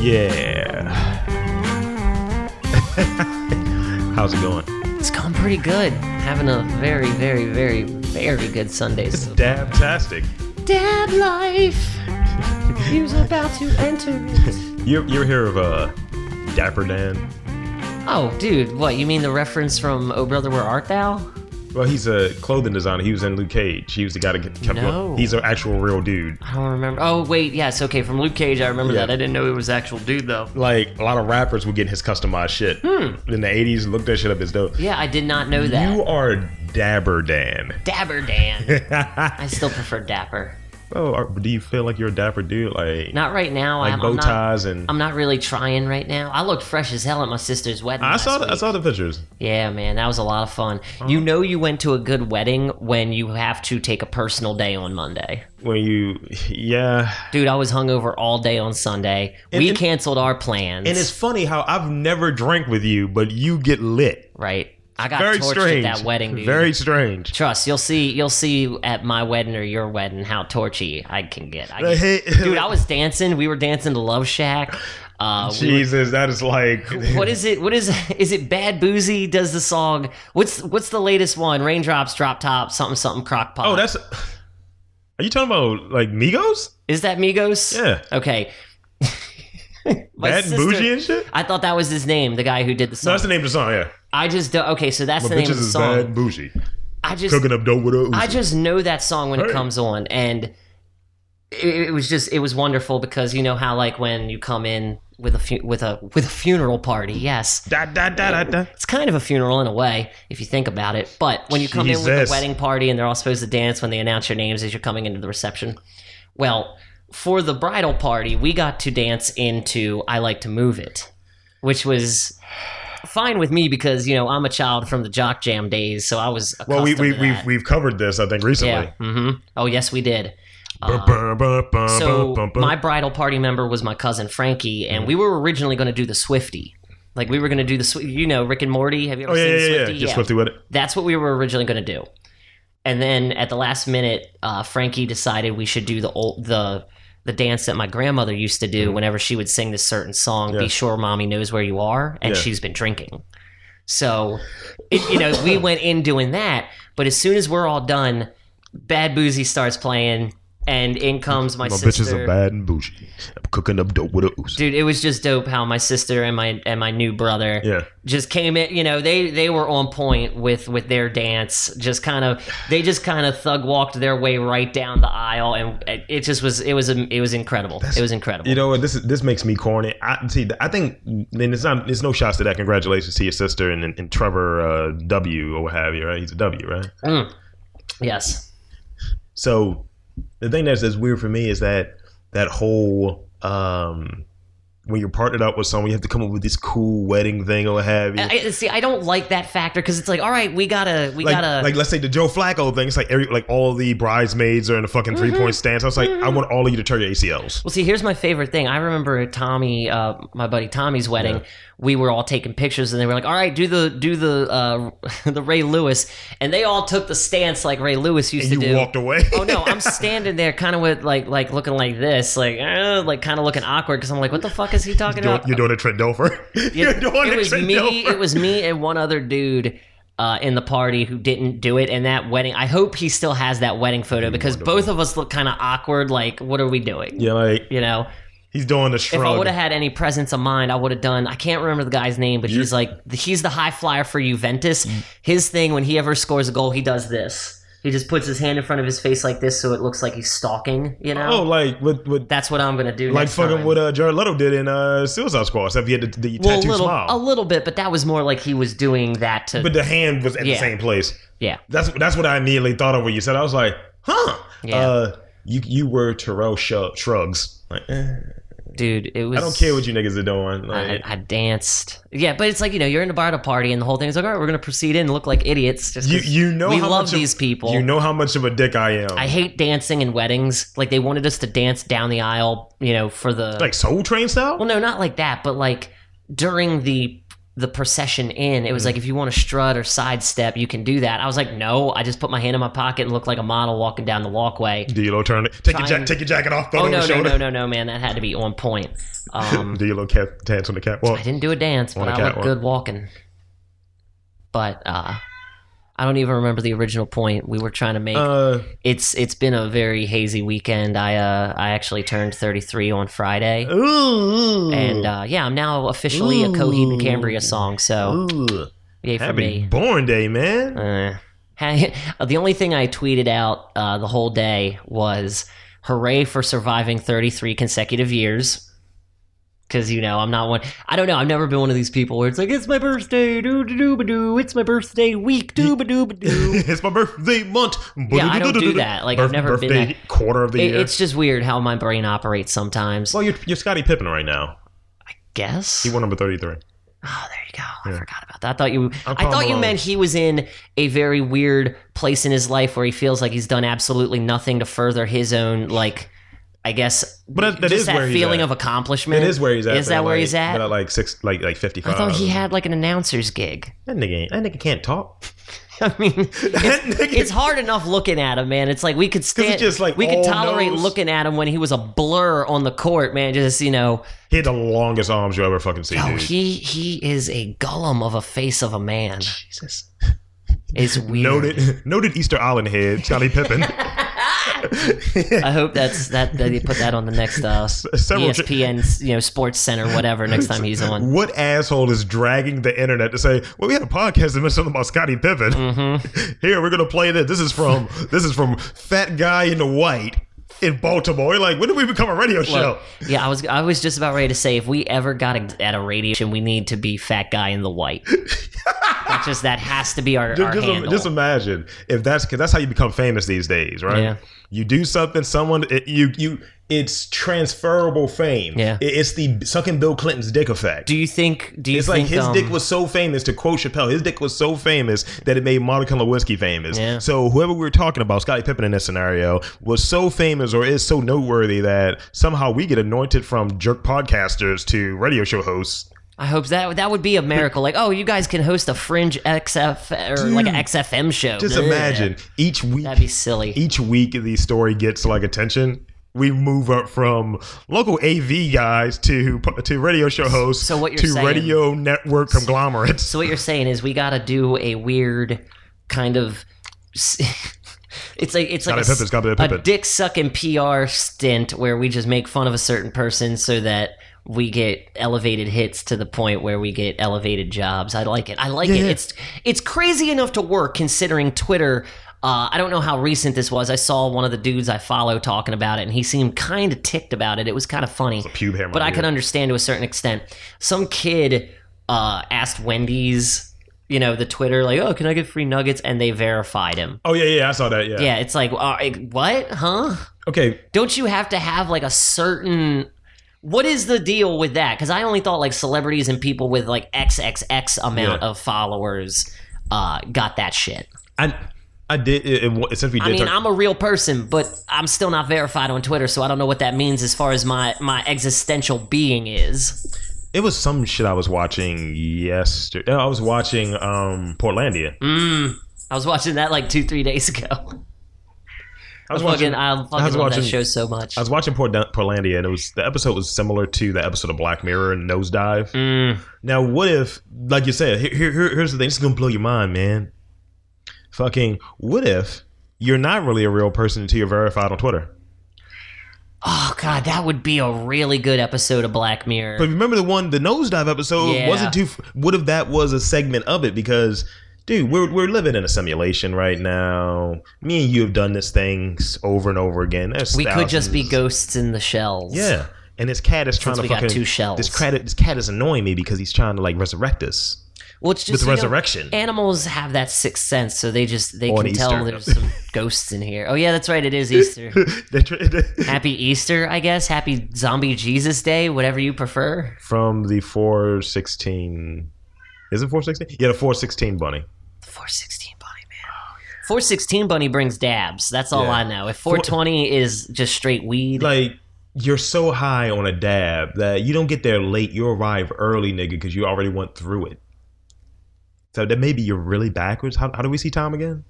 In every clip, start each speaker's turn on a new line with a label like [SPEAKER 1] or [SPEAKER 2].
[SPEAKER 1] Yeah. How's it going?
[SPEAKER 2] It's going pretty good. Having a very, very, very, very good Sunday.
[SPEAKER 1] It's dabtastic.
[SPEAKER 2] Dad life. He's about to enter it.
[SPEAKER 1] You you ever hear of uh, Dapper Dan?
[SPEAKER 2] Oh, dude, what? You mean the reference from Oh Brother, Where Art Thou?
[SPEAKER 1] Well, he's a clothing designer. He was in Luke Cage. He was the guy that kept going-
[SPEAKER 2] No.
[SPEAKER 1] He's an actual real dude.
[SPEAKER 2] I don't remember. Oh, wait, yes, okay, from Luke Cage, I remember
[SPEAKER 1] Yeah.
[SPEAKER 2] that. I didn't know it was actual dude, though.
[SPEAKER 1] Like a lot of rappers would get his customized shit in the '80s. Hmm. Look that shit up as dope.
[SPEAKER 2] Yeah, I did not know that.
[SPEAKER 1] You are Dapper Dan.
[SPEAKER 2] Dabber Dan. I still prefer Dapper.
[SPEAKER 1] oh, are, do you feel like you're a dapper dude? Like
[SPEAKER 2] Not right now.
[SPEAKER 1] like
[SPEAKER 2] I'm,
[SPEAKER 1] bow
[SPEAKER 2] I'm not.
[SPEAKER 1] ties and.
[SPEAKER 2] I'm not really trying right now. I looked fresh as hell at my sister's wedding.
[SPEAKER 1] I
[SPEAKER 2] last
[SPEAKER 1] saw
[SPEAKER 2] week.
[SPEAKER 1] the, I saw the pictures.
[SPEAKER 2] Yeah, man, that was a lot of fun. You
[SPEAKER 1] Mm.
[SPEAKER 2] know, you went to a good wedding when you have to take a personal day on Monday.
[SPEAKER 1] When you, yeah,
[SPEAKER 2] Dude, I was hungover all day on Sunday. we
[SPEAKER 1] and-
[SPEAKER 2] canceled our plans.
[SPEAKER 1] And it's funny how I've never drank with you, but you get lit.
[SPEAKER 2] right. I got
[SPEAKER 1] Very
[SPEAKER 2] torched
[SPEAKER 1] strange.
[SPEAKER 2] at that wedding, dude.
[SPEAKER 1] Very strange.
[SPEAKER 2] Trust, you'll see. You'll see at my wedding or your wedding how torchy I can get. I
[SPEAKER 1] Like,
[SPEAKER 2] get-
[SPEAKER 1] hey-
[SPEAKER 2] dude, I was dancing. We were dancing to Love Shack. Uh, we were-
[SPEAKER 1] Jesus, that is like
[SPEAKER 2] what is it? What is is it? Bad boozy does the song. What's what's the latest one? Raindrops, drop top, something something, crock pot.
[SPEAKER 1] Oh, that's. Are you talking about like Migos?
[SPEAKER 2] Is that Migos?
[SPEAKER 1] Yeah.
[SPEAKER 2] Okay. My
[SPEAKER 1] Bad
[SPEAKER 2] sister-
[SPEAKER 1] bougie and shit.
[SPEAKER 2] I thought that was his name, the guy who did the
[SPEAKER 1] No,
[SPEAKER 2] song.
[SPEAKER 1] that's the name of the song. Yeah,
[SPEAKER 2] I just do- okay, so that's
[SPEAKER 1] but
[SPEAKER 2] the name
[SPEAKER 1] bitches
[SPEAKER 2] of the
[SPEAKER 1] is
[SPEAKER 2] song.
[SPEAKER 1] bad bougie.
[SPEAKER 2] I just
[SPEAKER 1] Cooking up dope with a
[SPEAKER 2] I
[SPEAKER 1] Uzi.
[SPEAKER 2] just know that song when
[SPEAKER 1] Hey.
[SPEAKER 2] it comes on, and it, it was just it was wonderful because you know how like when you come in with a fu- with a with a funeral party, yes.
[SPEAKER 1] Da da da da da.
[SPEAKER 2] It's kind of a funeral in a way, if you think about it. But when you come in with
[SPEAKER 1] Jesus.
[SPEAKER 2] a wedding party and they're all supposed to dance when they announce your names as you're coming into the reception. Well, for the bridal party, we got to dance into I Like to Move It, which was fine with me because, you know, I'm a child from the jock jam days, so I was accustomed
[SPEAKER 1] Well, we we
[SPEAKER 2] to
[SPEAKER 1] we've,
[SPEAKER 2] that.
[SPEAKER 1] we've covered this I think
[SPEAKER 2] yeah.
[SPEAKER 1] recently.
[SPEAKER 2] hmm Oh, yes, we did.
[SPEAKER 1] Bum, bum, bum, bum,
[SPEAKER 2] So
[SPEAKER 1] bum, Mm. bum.
[SPEAKER 2] my bridal party member was my cousin Frankie, and we were originally going to do the Swifty. Like we were going to do the, Swi- you know, Rick and Morty. Have you ever
[SPEAKER 1] oh yeah yeah
[SPEAKER 2] seen the
[SPEAKER 1] yeah, yeah.
[SPEAKER 2] Swifty?
[SPEAKER 1] Just Swifty with it.
[SPEAKER 2] That's what we were originally going to do. And then at the last minute, uh, Frankie decided we should do the old the the dance that my grandmother used to do whenever she would sing this certain song,
[SPEAKER 1] Mm-hmm. Yeah.
[SPEAKER 2] "Be sure mommy knows where you are," and
[SPEAKER 1] Yeah.
[SPEAKER 2] she's been drinking. So, it, you know, we went in doing that, but as soon as we're all done, Bad Boozy starts playing, and in comes my,
[SPEAKER 1] My
[SPEAKER 2] sister.
[SPEAKER 1] bitches are bad and bougie. I'm cooking up dope with a Uzi.
[SPEAKER 2] Dude, it was just dope how my sister and my and my new brother
[SPEAKER 1] Yeah.
[SPEAKER 2] just came in you know they they were on point with with their dance just kind of they just kind of thug walked their way right down the aisle and it- it just was it was it was incredible it was incredible
[SPEAKER 1] You know what? This is this makes me corny. I see. I think then it's not. It's no shots to that. Congratulations to your sister and and, Trevor uh, W or what have you. Right? He's a W, right?
[SPEAKER 2] Mm. yes
[SPEAKER 1] So the thing that's that's weird for me is that that whole um when you're partnered up with someone, you have to come up with this cool wedding thing or what have you.
[SPEAKER 2] I, I- see i don't like that factor because it's like all right we gotta we
[SPEAKER 1] like,
[SPEAKER 2] gotta
[SPEAKER 1] like, let's say the Joe Flacco thing. It's like every, like all the bridesmaids are in a fucking three point stance. I was like, I want all of you to tear your ACLs.
[SPEAKER 2] Mm-hmm. Well, see, here's my favorite thing. I remember at Tommy, uh, my buddy Tommy's wedding. We were all taking pictures, and they were like, "All right, do the do the uh, the Ray Lewis," and they all took the stance like Ray Lewis used
[SPEAKER 1] You
[SPEAKER 2] to do.
[SPEAKER 1] walked away.
[SPEAKER 2] oh no, I'm standing there, kind of with like like looking like this, like uh, like kind of looking awkward because I'm like, "What the fuck is he talking
[SPEAKER 1] Doing-
[SPEAKER 2] about?"
[SPEAKER 1] you're doing a Trent Dilfer.
[SPEAKER 2] Yeah,
[SPEAKER 1] you're doing
[SPEAKER 2] it
[SPEAKER 1] a
[SPEAKER 2] was
[SPEAKER 1] Trent
[SPEAKER 2] me.
[SPEAKER 1] Dilfer.
[SPEAKER 2] It was me and one other dude uh, in the party who didn't do it. And that wedding, I hope he still has that wedding photo because both of us look kind of awkward. Like, what are we doing?
[SPEAKER 1] Yeah, like
[SPEAKER 2] You know,
[SPEAKER 1] He's doing the
[SPEAKER 2] if I
[SPEAKER 1] shrug.
[SPEAKER 2] would have had any presence of mind, I would have done. I can't remember the guy's name, but he's like he's the high flyer for Juventus.
[SPEAKER 1] Mm.
[SPEAKER 2] His thing when he ever scores a goal, he does this. He just puts his hand in front of his face like this, so it looks like he's stalking. You know,
[SPEAKER 1] oh, like with with
[SPEAKER 2] that's what I'm gonna do.
[SPEAKER 1] like
[SPEAKER 2] next
[SPEAKER 1] fucking
[SPEAKER 2] time.
[SPEAKER 1] what uh, Jared Leto did in uh, Suicide Squad. Except he had the, the
[SPEAKER 2] Well, a
[SPEAKER 1] tattoo
[SPEAKER 2] little, a
[SPEAKER 1] smile,
[SPEAKER 2] little bit, but that was more like he was doing that to.
[SPEAKER 1] but the hand was at the
[SPEAKER 2] Yeah.
[SPEAKER 1] same place.
[SPEAKER 2] yeah,
[SPEAKER 1] That's that's what I immediately thought of when you said. it. I was like, huh?
[SPEAKER 2] Yeah.
[SPEAKER 1] Uh, you you were Terrell Shug- Shrugs. Like, eh,
[SPEAKER 2] dude, it was.
[SPEAKER 1] I don't care what you niggas are doing.
[SPEAKER 2] I,
[SPEAKER 1] Like,
[SPEAKER 2] I danced. Yeah, but it's like you know you're in a bridal party and the whole thing's like all right, we're gonna proceed in and look like idiots. Just
[SPEAKER 1] you
[SPEAKER 2] 'cause
[SPEAKER 1] you know
[SPEAKER 2] we
[SPEAKER 1] how
[SPEAKER 2] love
[SPEAKER 1] much of-
[SPEAKER 2] these people.
[SPEAKER 1] You know how much of a dick I am.
[SPEAKER 2] I hate dancing in weddings. Like they wanted us to dance down the aisle, you know, for the
[SPEAKER 1] like Soul Train style.
[SPEAKER 2] well, no, not like that, but like during the the procession in. It
[SPEAKER 1] Mm.
[SPEAKER 2] was like if you want to strut or sidestep, you can do that. I was like, no, I just put my hand in my pocket and looked like a model walking down the walkway.
[SPEAKER 1] D'Lo turn it. Take your,
[SPEAKER 2] Trying-
[SPEAKER 1] ja- take your jacket off. Throw
[SPEAKER 2] Oh
[SPEAKER 1] it
[SPEAKER 2] no,
[SPEAKER 1] on
[SPEAKER 2] no,
[SPEAKER 1] your
[SPEAKER 2] no,
[SPEAKER 1] shoulder.
[SPEAKER 2] no, no, man, that had to be on point. Um,
[SPEAKER 1] D'Lo cat, dance on the catwalk.
[SPEAKER 2] I didn't do a dance,
[SPEAKER 1] On
[SPEAKER 2] but
[SPEAKER 1] a
[SPEAKER 2] I looked
[SPEAKER 1] catwalk.
[SPEAKER 2] good walking. But uh, I don't even remember the original point we were trying to make.
[SPEAKER 1] Uh,
[SPEAKER 2] it's it's been a very hazy weekend. I uh, I actually turned 33 on Friday,
[SPEAKER 1] ooh,
[SPEAKER 2] and uh, yeah, I'm now officially a Coheed and Cambria song. So
[SPEAKER 1] ooh,
[SPEAKER 2] yay for
[SPEAKER 1] happy
[SPEAKER 2] me.
[SPEAKER 1] born day, man.
[SPEAKER 2] Uh, the only thing I tweeted out uh, the whole day was "Hooray for surviving 33 consecutive years." Because you know I'm not one. I don't know. I've never been one of these people where it's like it's my birthday, doo doo doo ba doo. It's my birthday week, doo ba doo ba doo.
[SPEAKER 1] it's my birthday month.
[SPEAKER 2] Yeah, I don't do that. Like, I've never been
[SPEAKER 1] birthday quarter of the
[SPEAKER 2] It-
[SPEAKER 1] year.
[SPEAKER 2] It's just weird how my brain operates sometimes.
[SPEAKER 1] well, you're, you're Scotty Pippen right now.
[SPEAKER 2] guess.
[SPEAKER 1] He won number thirty-three.
[SPEAKER 2] Oh, there you go. I
[SPEAKER 1] Yeah.
[SPEAKER 2] forgot about that. I thought you.
[SPEAKER 1] I'm
[SPEAKER 2] I thought you
[SPEAKER 1] Karl
[SPEAKER 2] meant he was in a very weird place in his life where he feels like he's done absolutely nothing to further his own like. I guess,
[SPEAKER 1] But that- that
[SPEAKER 2] just
[SPEAKER 1] is
[SPEAKER 2] that
[SPEAKER 1] where he's
[SPEAKER 2] feeling
[SPEAKER 1] at.
[SPEAKER 2] of accomplishment.
[SPEAKER 1] That is where he's at.
[SPEAKER 2] Is that
[SPEAKER 1] man,
[SPEAKER 2] where
[SPEAKER 1] like-
[SPEAKER 2] he's at?
[SPEAKER 1] but at like six, like like
[SPEAKER 2] I
[SPEAKER 1] fifty-five.
[SPEAKER 2] thought he had like an announcer's gig.
[SPEAKER 1] that nigga. Ain't, that nigga can't talk.
[SPEAKER 2] I mean,
[SPEAKER 1] That nigga.
[SPEAKER 2] it's hard enough looking at him, man. It's like we could stand,
[SPEAKER 1] just, like,
[SPEAKER 2] we could
[SPEAKER 1] all
[SPEAKER 2] tolerate
[SPEAKER 1] nose.
[SPEAKER 2] looking at him when he was a blur on the court, man. Just you know,
[SPEAKER 1] he had the longest arms you ever fucking see,
[SPEAKER 2] oh,
[SPEAKER 1] dude.
[SPEAKER 2] he he is a golem of a face of a man.
[SPEAKER 1] Jesus.
[SPEAKER 2] It's weird.
[SPEAKER 1] Noted, noted Easter Island head, Scotty Pippen.
[SPEAKER 2] I hope that's that, that they put that on the next uh,
[SPEAKER 1] several ch-
[SPEAKER 2] ESPN, you know, Sports Center, whatever. Next time he's on.
[SPEAKER 1] what asshole is dragging the internet to say, "Well, we had a podcast that mentioned something about Scotty Pippen."
[SPEAKER 2] Mm-hmm.
[SPEAKER 1] Here, we're gonna play this. This is from this is from Fat Guy in the White in Baltimore. You're like, when did we become a radio show?
[SPEAKER 2] Look, yeah, I was I was just about ready to say if we ever got a, at a radio show, we need to be fat guy in the white. that's just that has to be our,
[SPEAKER 1] Ju-
[SPEAKER 2] our
[SPEAKER 1] Just,
[SPEAKER 2] handle.
[SPEAKER 1] just imagine if that's because that's how you become famous these days, right?
[SPEAKER 2] Yeah.
[SPEAKER 1] You do something, someone it, you you it's transferable fame.
[SPEAKER 2] Yeah.
[SPEAKER 1] It- it's the sucking Bill Clinton's dick effect.
[SPEAKER 2] do you think? Do you
[SPEAKER 1] It's
[SPEAKER 2] think
[SPEAKER 1] like his
[SPEAKER 2] um,
[SPEAKER 1] dick was so famous to quote Chappelle. His dick was so famous that it made Monica Lewinsky famous.
[SPEAKER 2] Yeah.
[SPEAKER 1] So whoever we were talking about, Scottie Pippen in this scenario, was so famous or is so noteworthy that somehow we get anointed from jerk podcasters to radio show hosts.
[SPEAKER 2] I hope that that would be a miracle. Like, oh, you guys can host a fringe XF or like an XFM show.
[SPEAKER 1] Just
[SPEAKER 2] Bleh.
[SPEAKER 1] imagine each week,
[SPEAKER 2] That'd be silly.
[SPEAKER 1] each week the story gets like attention. We move up from local AV guys to to radio show hosts
[SPEAKER 2] So what you're
[SPEAKER 1] to
[SPEAKER 2] saying-
[SPEAKER 1] radio network conglomerates.
[SPEAKER 2] So what you're saying is we gotta do a weird kind of. s- It's like it's like
[SPEAKER 1] Gotta
[SPEAKER 2] a,
[SPEAKER 1] pimp it, gotta pimp it.
[SPEAKER 2] dick sucking PR stint where we just make fun of a certain person so that we get elevated hits to the point where we get elevated jobs. I like it. I like it.
[SPEAKER 1] yeah.
[SPEAKER 2] It's it's crazy enough to work considering Twitter. Uh, I don't know how recent this was. I saw one of the dudes I follow talking about it, and he seemed kind of ticked about it. It was kind of funny
[SPEAKER 1] Pube hair, my
[SPEAKER 2] but I
[SPEAKER 1] dude.
[SPEAKER 2] can understand to a certain extent. Some kid uh, asked Wendy's, you know, the Twitter, like, "Oh, can I get free nuggets?" and they verified him.
[SPEAKER 1] Oh yeah, yeah, I saw that. Yeah.
[SPEAKER 2] Yeah, it's like, uh, like, what, huh?
[SPEAKER 1] Okay,
[SPEAKER 2] Don't you have to have like a certain? What is the deal with that? Because I only thought like celebrities and people with like XXX amount
[SPEAKER 1] Yeah.
[SPEAKER 2] of followers uh, got that shit.
[SPEAKER 1] I I did it, it, since we did
[SPEAKER 2] I mean,
[SPEAKER 1] talk,
[SPEAKER 2] I'm a real person, but I'm still not verified on Twitter, so I don't know what that means as far as my my existential being is.
[SPEAKER 1] it was some shit I was watching yesterday. I was watching um Portlandia.
[SPEAKER 2] Mm. I was watching that like two, three days ago.
[SPEAKER 1] I
[SPEAKER 2] I
[SPEAKER 1] was
[SPEAKER 2] fucking,
[SPEAKER 1] watching. I
[SPEAKER 2] I fucking
[SPEAKER 1] was
[SPEAKER 2] love that
[SPEAKER 1] watching-
[SPEAKER 2] show so much.
[SPEAKER 1] was watching Port, Portlandia, and it was the episode was similar to the episode of Black Mirror and Nosedive.
[SPEAKER 2] Mm.
[SPEAKER 1] Now, what if, like you said, here, here, here- here's the thing. This is gonna blow your mind, man. Fucking, what if you're not really a real person until you're verified on Twitter?
[SPEAKER 2] Oh god, that would be a really good episode of Black Mirror.
[SPEAKER 1] But remember the one, the nosedive episode
[SPEAKER 2] Yeah.
[SPEAKER 1] wasn't too. What if that was a segment of it? Because, dude, we're we're living in a simulation right now. Me and you have done this things over and over again. There's
[SPEAKER 2] we could just be
[SPEAKER 1] thousands.
[SPEAKER 2] ghosts in the shells.
[SPEAKER 1] Yeah, and this cat is trying
[SPEAKER 2] Since
[SPEAKER 1] to
[SPEAKER 2] we got
[SPEAKER 1] fucking
[SPEAKER 2] two shells.
[SPEAKER 1] This cat, this cat is annoying me because he's trying to like resurrect us
[SPEAKER 2] Well, it's just
[SPEAKER 1] with
[SPEAKER 2] you know,
[SPEAKER 1] resurrection.
[SPEAKER 2] animals have that sixth sense, so they just they
[SPEAKER 1] On
[SPEAKER 2] can tell
[SPEAKER 1] Easter.
[SPEAKER 2] there's some ghosts in here. Oh yeah, that's right. It is Easter.
[SPEAKER 1] They're tr-
[SPEAKER 2] Happy Easter, I guess. Happy Zombie Jesus Day, whatever you prefer.
[SPEAKER 1] From the four sixteen, is it four sixteen? Yeah, the four sixteen bunny.
[SPEAKER 2] 416 Bunny, man. 416 Bunny brings dabs. That's all
[SPEAKER 1] Oh, Yeah.
[SPEAKER 2] I know. If 420 is just straight weed,
[SPEAKER 1] like you're so high on a dab that you don't get there late. You arrive early, nigga, because you already went through it. So that maybe you're really backwards. How, how do we see time again?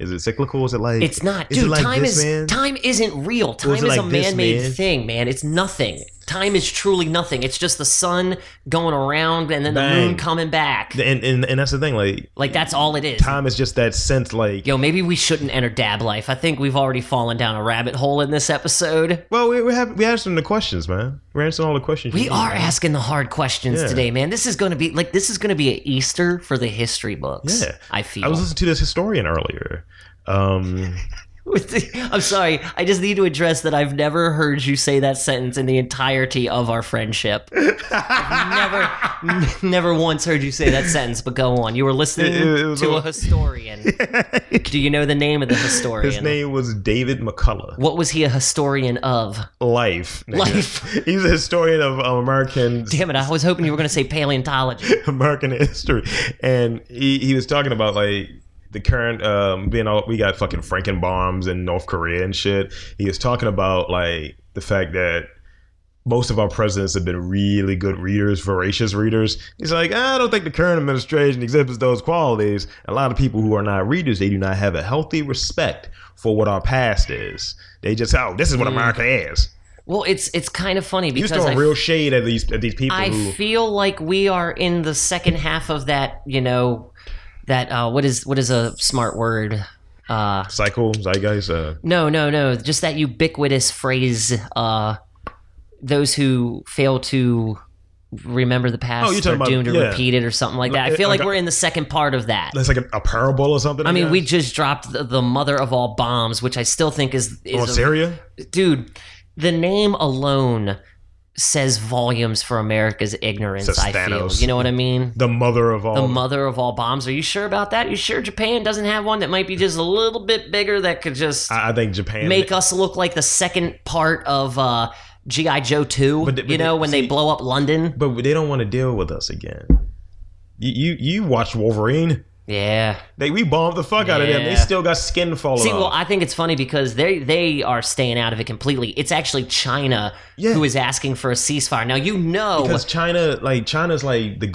[SPEAKER 1] Is it cyclical? Is it like
[SPEAKER 2] It's not,
[SPEAKER 1] Is
[SPEAKER 2] dude.
[SPEAKER 1] it like
[SPEAKER 2] time
[SPEAKER 1] this
[SPEAKER 2] is
[SPEAKER 1] man?
[SPEAKER 2] time isn't real. Time
[SPEAKER 1] Or is
[SPEAKER 2] is
[SPEAKER 1] it
[SPEAKER 2] a
[SPEAKER 1] like this
[SPEAKER 2] man-made
[SPEAKER 1] man?
[SPEAKER 2] thing, man. It's nothing. Time is truly nothing. It's just the sun going around and then the
[SPEAKER 1] Bang.
[SPEAKER 2] moon coming back.
[SPEAKER 1] And, and and that's the thing. Like
[SPEAKER 2] Like that's all it is.
[SPEAKER 1] time is just that sense. Like
[SPEAKER 2] Yo, maybe we shouldn't enter dab life. I think we've already fallen down a rabbit hole in this episode.
[SPEAKER 1] well, we we have we answering the questions, man. We're answering all the questions.
[SPEAKER 2] We
[SPEAKER 1] you
[SPEAKER 2] are
[SPEAKER 1] need.
[SPEAKER 2] asking the hard questions
[SPEAKER 1] Yeah.
[SPEAKER 2] today, man. This is going to be like this is going to be an Easter for the history books.
[SPEAKER 1] Yeah.
[SPEAKER 2] I feel.
[SPEAKER 1] I was listening to this historian earlier. Um,
[SPEAKER 2] With the- I'm sorry. I just need to address that I've never heard you say that sentence in the entirety of our friendship. I've never, n- never once heard you say that sentence. But go on. You were listening
[SPEAKER 1] It- it was
[SPEAKER 2] to
[SPEAKER 1] a-
[SPEAKER 2] a historian. Do you know the name of the historian?
[SPEAKER 1] his name was David McCullough.
[SPEAKER 2] What was he a historian of?
[SPEAKER 1] Life, nigga.
[SPEAKER 2] Life.
[SPEAKER 1] He's a historian of um, American
[SPEAKER 2] Damn it! I was hoping you were going to say paleontology.
[SPEAKER 1] American history, and he, he was talking about like the current um, being all we got fucking Franken bombs in North Korea and shit. He was talking about like the fact that most of our presidents have been really good readers, voracious readers. He's like, I don't think the current administration exhibits those qualities. A lot of people who are not readers, they do not have a healthy respect for what our past is. They just, oh, this is what America is.
[SPEAKER 2] Well, it's it's kind of funny
[SPEAKER 1] He was
[SPEAKER 2] Mm. because
[SPEAKER 1] throwing
[SPEAKER 2] I
[SPEAKER 1] real shade at these at these people
[SPEAKER 2] I
[SPEAKER 1] who
[SPEAKER 2] feel like we are in the second half of that, you know, that uh, what is what is a smart word? Uh,
[SPEAKER 1] cycle zeitgeist. Uh,
[SPEAKER 2] no, no, no, just that ubiquitous phrase. Uh, those who fail to remember the past
[SPEAKER 1] Oh, you're talking
[SPEAKER 2] are
[SPEAKER 1] about-
[SPEAKER 2] doomed to
[SPEAKER 1] yeah.
[SPEAKER 2] repeat it, or something like that. I
[SPEAKER 1] Like,
[SPEAKER 2] feel like
[SPEAKER 1] like-
[SPEAKER 2] we're in the second part of that.
[SPEAKER 1] that's like a, a parable or something.
[SPEAKER 2] I mean,
[SPEAKER 1] guess?
[SPEAKER 2] we just dropped the, the mother of all bombs, which I still think is,
[SPEAKER 1] on
[SPEAKER 2] is a
[SPEAKER 1] Syria.
[SPEAKER 2] dude the name alone says volumes for america's ignorance
[SPEAKER 1] Says
[SPEAKER 2] i feel
[SPEAKER 1] Thanos.
[SPEAKER 2] you know what i mean
[SPEAKER 1] The mother of all.
[SPEAKER 2] the mother of all bombs are you sure about that you sure japan doesn't have one that might be just a little bit bigger that could just
[SPEAKER 1] I, I think Japan.
[SPEAKER 2] make us look like the second part of uh gi joe 2
[SPEAKER 1] But they- but
[SPEAKER 2] you know
[SPEAKER 1] they-
[SPEAKER 2] when they
[SPEAKER 1] see-
[SPEAKER 2] blow up london
[SPEAKER 1] but they don't want to deal with us again. You you, you watch Wolverine.
[SPEAKER 2] yeah
[SPEAKER 1] They we bombed the fuck out of them. They
[SPEAKER 2] Yeah.
[SPEAKER 1] still got skin falling
[SPEAKER 2] see
[SPEAKER 1] off.
[SPEAKER 2] well i think it's funny because they they are staying out of it completely it's actually china
[SPEAKER 1] Yeah.
[SPEAKER 2] who is asking for a ceasefire now you know
[SPEAKER 1] because China, like China's like the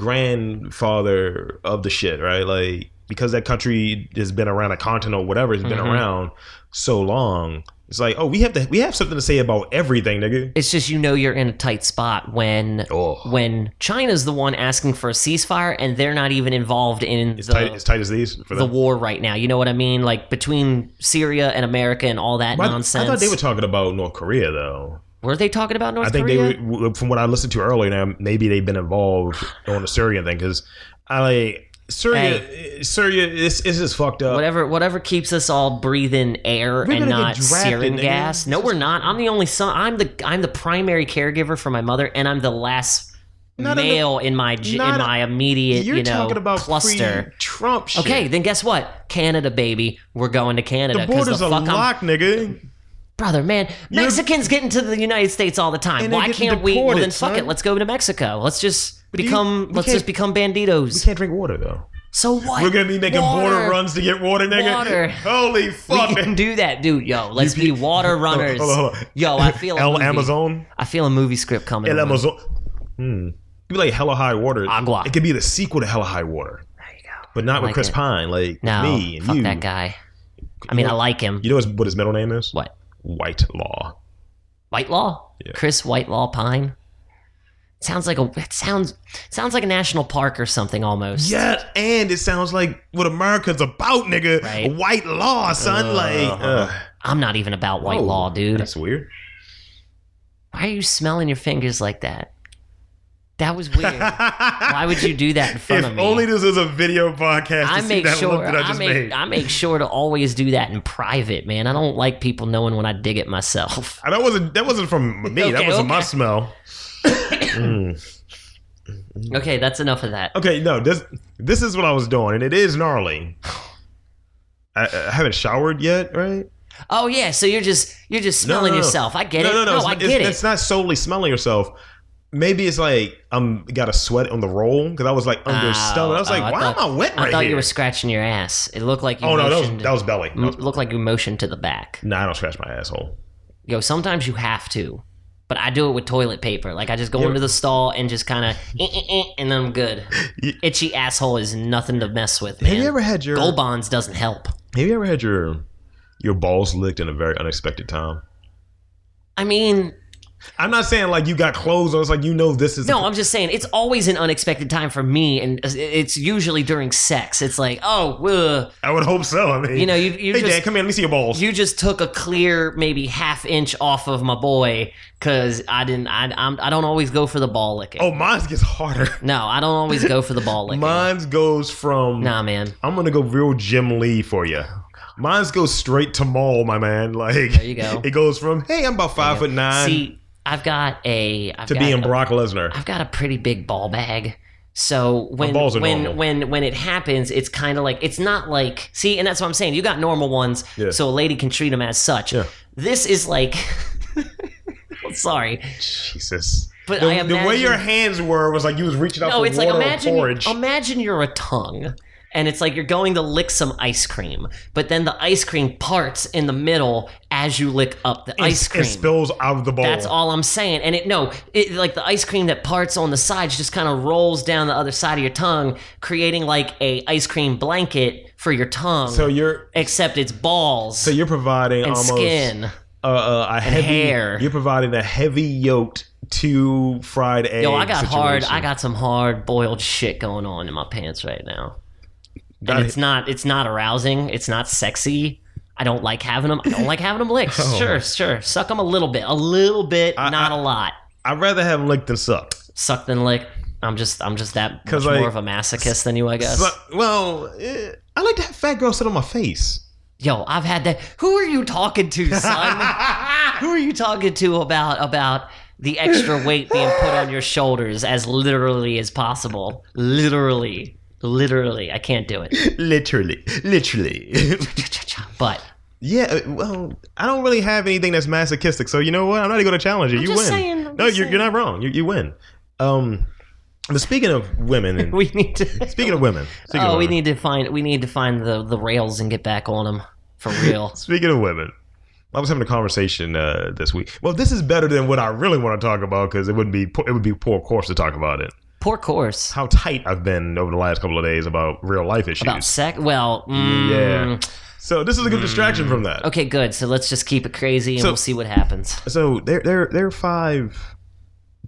[SPEAKER 1] grandfather of the shit, right? Like because that country has been around a continent or whatever has been
[SPEAKER 2] Mm-hmm.
[SPEAKER 1] around so long. It's like oh we have to we have something to say about everything, nigga.
[SPEAKER 2] It's just you know you're in a tight spot when
[SPEAKER 1] Oh,
[SPEAKER 2] when China's the one asking for a ceasefire and they're not even involved in
[SPEAKER 1] it's
[SPEAKER 2] the,
[SPEAKER 1] tight as tight as these for
[SPEAKER 2] the
[SPEAKER 1] them.
[SPEAKER 2] war right now. You know what I mean? Like between Syria and America and all that
[SPEAKER 1] But I-
[SPEAKER 2] nonsense.
[SPEAKER 1] I thought they were talking about North Korea though.
[SPEAKER 2] Were they talking about North
[SPEAKER 1] I think
[SPEAKER 2] Korea?
[SPEAKER 1] they they, were- from what I listened to earlier, now maybe they've been involved on the Syrian thing because I like Syria. eh, Syria, it's, it's just fucked up.
[SPEAKER 2] whatever whatever keeps us all breathing air
[SPEAKER 1] gonna
[SPEAKER 2] and
[SPEAKER 1] get
[SPEAKER 2] not
[SPEAKER 1] drafted,
[SPEAKER 2] sarin
[SPEAKER 1] nigga.
[SPEAKER 2] gas. No, we're not. I'm the only son. I'm the I'm the primary caregiver for my mother, and I'm the last
[SPEAKER 1] Not in the-
[SPEAKER 2] male in my j- in
[SPEAKER 1] not a-
[SPEAKER 2] my immediate
[SPEAKER 1] You're
[SPEAKER 2] you know
[SPEAKER 1] talking about
[SPEAKER 2] cluster.
[SPEAKER 1] Trump shit.
[SPEAKER 2] Okay, then guess what? Canada, baby. We're going to Canada.
[SPEAKER 1] the
[SPEAKER 2] 'cause
[SPEAKER 1] borders are
[SPEAKER 2] fuck I'm-
[SPEAKER 1] locked, nigga.
[SPEAKER 2] Brother, man,
[SPEAKER 1] You're-
[SPEAKER 2] Mexicans get into the United States all the time.
[SPEAKER 1] And they
[SPEAKER 2] Why
[SPEAKER 1] get
[SPEAKER 2] can't we? Well,
[SPEAKER 1] deported,
[SPEAKER 2] then fuck
[SPEAKER 1] son.
[SPEAKER 2] it. Let's go to Mexico. Let's just
[SPEAKER 1] do you-
[SPEAKER 2] become.
[SPEAKER 1] we
[SPEAKER 2] let's
[SPEAKER 1] can't-
[SPEAKER 2] just become
[SPEAKER 1] You
[SPEAKER 2] banditos.
[SPEAKER 1] can't drink water though.
[SPEAKER 2] So what?
[SPEAKER 1] We're gonna be making border
[SPEAKER 2] Water.
[SPEAKER 1] runs to get water, nigga.
[SPEAKER 2] Water.
[SPEAKER 1] Holy
[SPEAKER 2] We
[SPEAKER 1] fuck!
[SPEAKER 2] can do that, dude. Yo, let's be water runners.
[SPEAKER 1] Hold on, hold on.
[SPEAKER 2] Yo, I feel a
[SPEAKER 1] El
[SPEAKER 2] movie.
[SPEAKER 1] Amazon,
[SPEAKER 2] I feel a movie script coming.
[SPEAKER 1] El
[SPEAKER 2] on.
[SPEAKER 1] Amazon. Hmm. It'd be like Hella High Water.
[SPEAKER 2] Agua.
[SPEAKER 1] It could be the sequel to Hella High Water,
[SPEAKER 2] There you go.
[SPEAKER 1] but not with
[SPEAKER 2] like
[SPEAKER 1] Chris
[SPEAKER 2] it.
[SPEAKER 1] Pine. Like
[SPEAKER 2] No,
[SPEAKER 1] me and
[SPEAKER 2] fuck
[SPEAKER 1] you.
[SPEAKER 2] that guy. I mean, I like him.
[SPEAKER 1] You know his- what his middle name is?
[SPEAKER 2] What?
[SPEAKER 1] White Law.
[SPEAKER 2] Whitelaw.
[SPEAKER 1] Yeah.
[SPEAKER 2] Chris Whitelaw Pine. Sounds like a. It sounds sounds like a national park or something almost.
[SPEAKER 1] Yeah, and it sounds like what America's about, nigga.
[SPEAKER 2] Right.
[SPEAKER 1] White law, son. like, uh,
[SPEAKER 2] I'm not even about White
[SPEAKER 1] oh,
[SPEAKER 2] Law, dude.
[SPEAKER 1] That's weird.
[SPEAKER 2] Why are you smelling your fingers like that? That was weird. Why would you do that in front
[SPEAKER 1] if
[SPEAKER 2] of me?
[SPEAKER 1] only this is a video podcast,
[SPEAKER 2] I
[SPEAKER 1] to see
[SPEAKER 2] make
[SPEAKER 1] that
[SPEAKER 2] sure
[SPEAKER 1] look that I
[SPEAKER 2] I,
[SPEAKER 1] just
[SPEAKER 2] make
[SPEAKER 1] made.
[SPEAKER 2] I make sure to always do that in private, man. I don't like people knowing when I dig it myself.
[SPEAKER 1] And that wasn't that wasn't from me. that
[SPEAKER 2] Okay,
[SPEAKER 1] wasn't my
[SPEAKER 2] okay.
[SPEAKER 1] smell. Mm.
[SPEAKER 2] Okay, that's enough of that.
[SPEAKER 1] Okay, no, this this is what I was doing, and it is gnarly. I, I haven't showered yet, right?
[SPEAKER 2] Oh yeah, so you're just you're just
[SPEAKER 1] No, no,
[SPEAKER 2] smelling
[SPEAKER 1] no.
[SPEAKER 2] yourself. I get
[SPEAKER 1] no,
[SPEAKER 2] it.
[SPEAKER 1] No, no, it's,
[SPEAKER 2] I
[SPEAKER 1] not-
[SPEAKER 2] get
[SPEAKER 1] it's,
[SPEAKER 2] it.
[SPEAKER 1] It's not solely smelling yourself. Maybe it's like I'm got a sweat on the roll because I was like under
[SPEAKER 2] Oh,
[SPEAKER 1] stomach. I was like,
[SPEAKER 2] oh, I
[SPEAKER 1] why
[SPEAKER 2] thought-
[SPEAKER 1] am I wet
[SPEAKER 2] I
[SPEAKER 1] right
[SPEAKER 2] thought
[SPEAKER 1] here?
[SPEAKER 2] you were scratching your ass. It looked like you
[SPEAKER 1] oh no, that was,
[SPEAKER 2] motioned,
[SPEAKER 1] that was belly. That was-
[SPEAKER 2] looked like you motioned to the back.
[SPEAKER 1] nah, I don't scratch my asshole.
[SPEAKER 2] Yo, sometimes you have to. But I do it with toilet paper. Like I just go into the stall and just kind of, eh, and then I'm good.
[SPEAKER 1] You-
[SPEAKER 2] Itchy asshole is nothing to mess with, man.
[SPEAKER 1] Have you ever had your
[SPEAKER 2] Gold bonds doesn't help.
[SPEAKER 1] Have you ever had your your balls licked in a very unexpected time?
[SPEAKER 2] I mean,
[SPEAKER 1] I'm not saying like you got clothes on. It's like you know this is
[SPEAKER 2] no, I'm just saying it's always an unexpected time for me, and it's usually during sex. It's like, oh, ugh.
[SPEAKER 1] I would hope so. I mean,
[SPEAKER 2] you know, you you
[SPEAKER 1] hey
[SPEAKER 2] just
[SPEAKER 1] Dad, come here. Let me see your balls.
[SPEAKER 2] you just took a clear maybe half inch off of my boy because I didn't. I I'm, I don't always go for the ball licking.
[SPEAKER 1] oh, mine gets harder.
[SPEAKER 2] No, I don't always go for the ball licking.
[SPEAKER 1] Mine goes from
[SPEAKER 2] nah, Oh, man.
[SPEAKER 1] I'm gonna go real Jim Lee for you. Mine's goes straight to mall, my man. Like there
[SPEAKER 2] you go.
[SPEAKER 1] It goes from hey, I'm about five foot nine
[SPEAKER 2] See, I've got a I've
[SPEAKER 1] to
[SPEAKER 2] got
[SPEAKER 1] being
[SPEAKER 2] a-
[SPEAKER 1] Brock Lesnar.
[SPEAKER 2] I've got a pretty big ball bag. So when
[SPEAKER 1] balls are
[SPEAKER 2] when
[SPEAKER 1] normal.
[SPEAKER 2] when when it happens, it's kind of like it's not like see, and that's what I'm saying. You got normal ones,
[SPEAKER 1] Yeah.
[SPEAKER 2] so a lady can treat them as such.
[SPEAKER 1] Yeah.
[SPEAKER 2] This is like, sorry,
[SPEAKER 1] Jesus.
[SPEAKER 2] but
[SPEAKER 1] The,
[SPEAKER 2] I imagine
[SPEAKER 1] the way your hands were was like you was reaching out
[SPEAKER 2] no,
[SPEAKER 1] for
[SPEAKER 2] Oh, it's like
[SPEAKER 1] water
[SPEAKER 2] imagine
[SPEAKER 1] or porridge.
[SPEAKER 2] imagine you're a tongue, and it's like you're going to lick some ice cream, but then the ice cream parts in the middle as you lick up the ice
[SPEAKER 1] It
[SPEAKER 2] cream.
[SPEAKER 1] spills out of the bowl.
[SPEAKER 2] That's all I'm saying. And it no, it like the ice cream that parts on the sides just kind of rolls down the other side of your tongue, creating like a ice cream blanket for your tongue.
[SPEAKER 1] So you're
[SPEAKER 2] except it's balls
[SPEAKER 1] so you're providing
[SPEAKER 2] and
[SPEAKER 1] almost
[SPEAKER 2] skin.
[SPEAKER 1] uh, uh, a heavy
[SPEAKER 2] hair.
[SPEAKER 1] You're providing a heavy yoked to fried egg.
[SPEAKER 2] Yo, I got hard.
[SPEAKER 1] situation.
[SPEAKER 2] I got some hard boiled shit going on in my pants right now.
[SPEAKER 1] Got
[SPEAKER 2] and it's not. It's not arousing. It's not sexy. I don't like having them. I don't like having them licked.
[SPEAKER 1] Oh.
[SPEAKER 2] Sure, sure. Suck them a little bit. A little bit,
[SPEAKER 1] I-
[SPEAKER 2] not
[SPEAKER 1] I-
[SPEAKER 2] a lot.
[SPEAKER 1] I'd rather have licked than sucked.
[SPEAKER 2] Suck then lick. I'm just. I'm just that much
[SPEAKER 1] 'Cause, like,
[SPEAKER 2] more of a masochist than you, I guess.
[SPEAKER 1] So- well, eh, I like to have fat girls sit on my face.
[SPEAKER 2] Yo, I've had that. Who are you talking to, son? Who are you talking to about about the extra weight being put on your shoulders as literally as possible? Literally, literally, I can't do it.
[SPEAKER 1] literally, literally.
[SPEAKER 2] But
[SPEAKER 1] yeah. eh, Well, I don't really have anything that's masochistic, so you know what? I'm not even going to challenge you. you
[SPEAKER 2] just
[SPEAKER 1] win.
[SPEAKER 2] saying, I'm
[SPEAKER 1] no,
[SPEAKER 2] just
[SPEAKER 1] you're, you're not wrong. You, you win. Um, but speaking of women, and
[SPEAKER 2] we need to.
[SPEAKER 1] speaking of women, speaking
[SPEAKER 2] Oh,
[SPEAKER 1] of
[SPEAKER 2] we
[SPEAKER 1] women,
[SPEAKER 2] need to find we need to find the the rails and get back on them for real.
[SPEAKER 1] Speaking of women, I was having a conversation uh, this week. Well, this is better than what I really want to talk about because it wouldn't be po- it would be poor course to talk about it.
[SPEAKER 2] Poor course
[SPEAKER 1] How tight I've been over the last couple of days about real life issues.
[SPEAKER 2] about sec. Well, mm,
[SPEAKER 1] so this is a good distraction from that.
[SPEAKER 2] okay, good. So let's just keep it crazy and
[SPEAKER 1] So-
[SPEAKER 2] we'll see what happens.
[SPEAKER 1] So there there there are five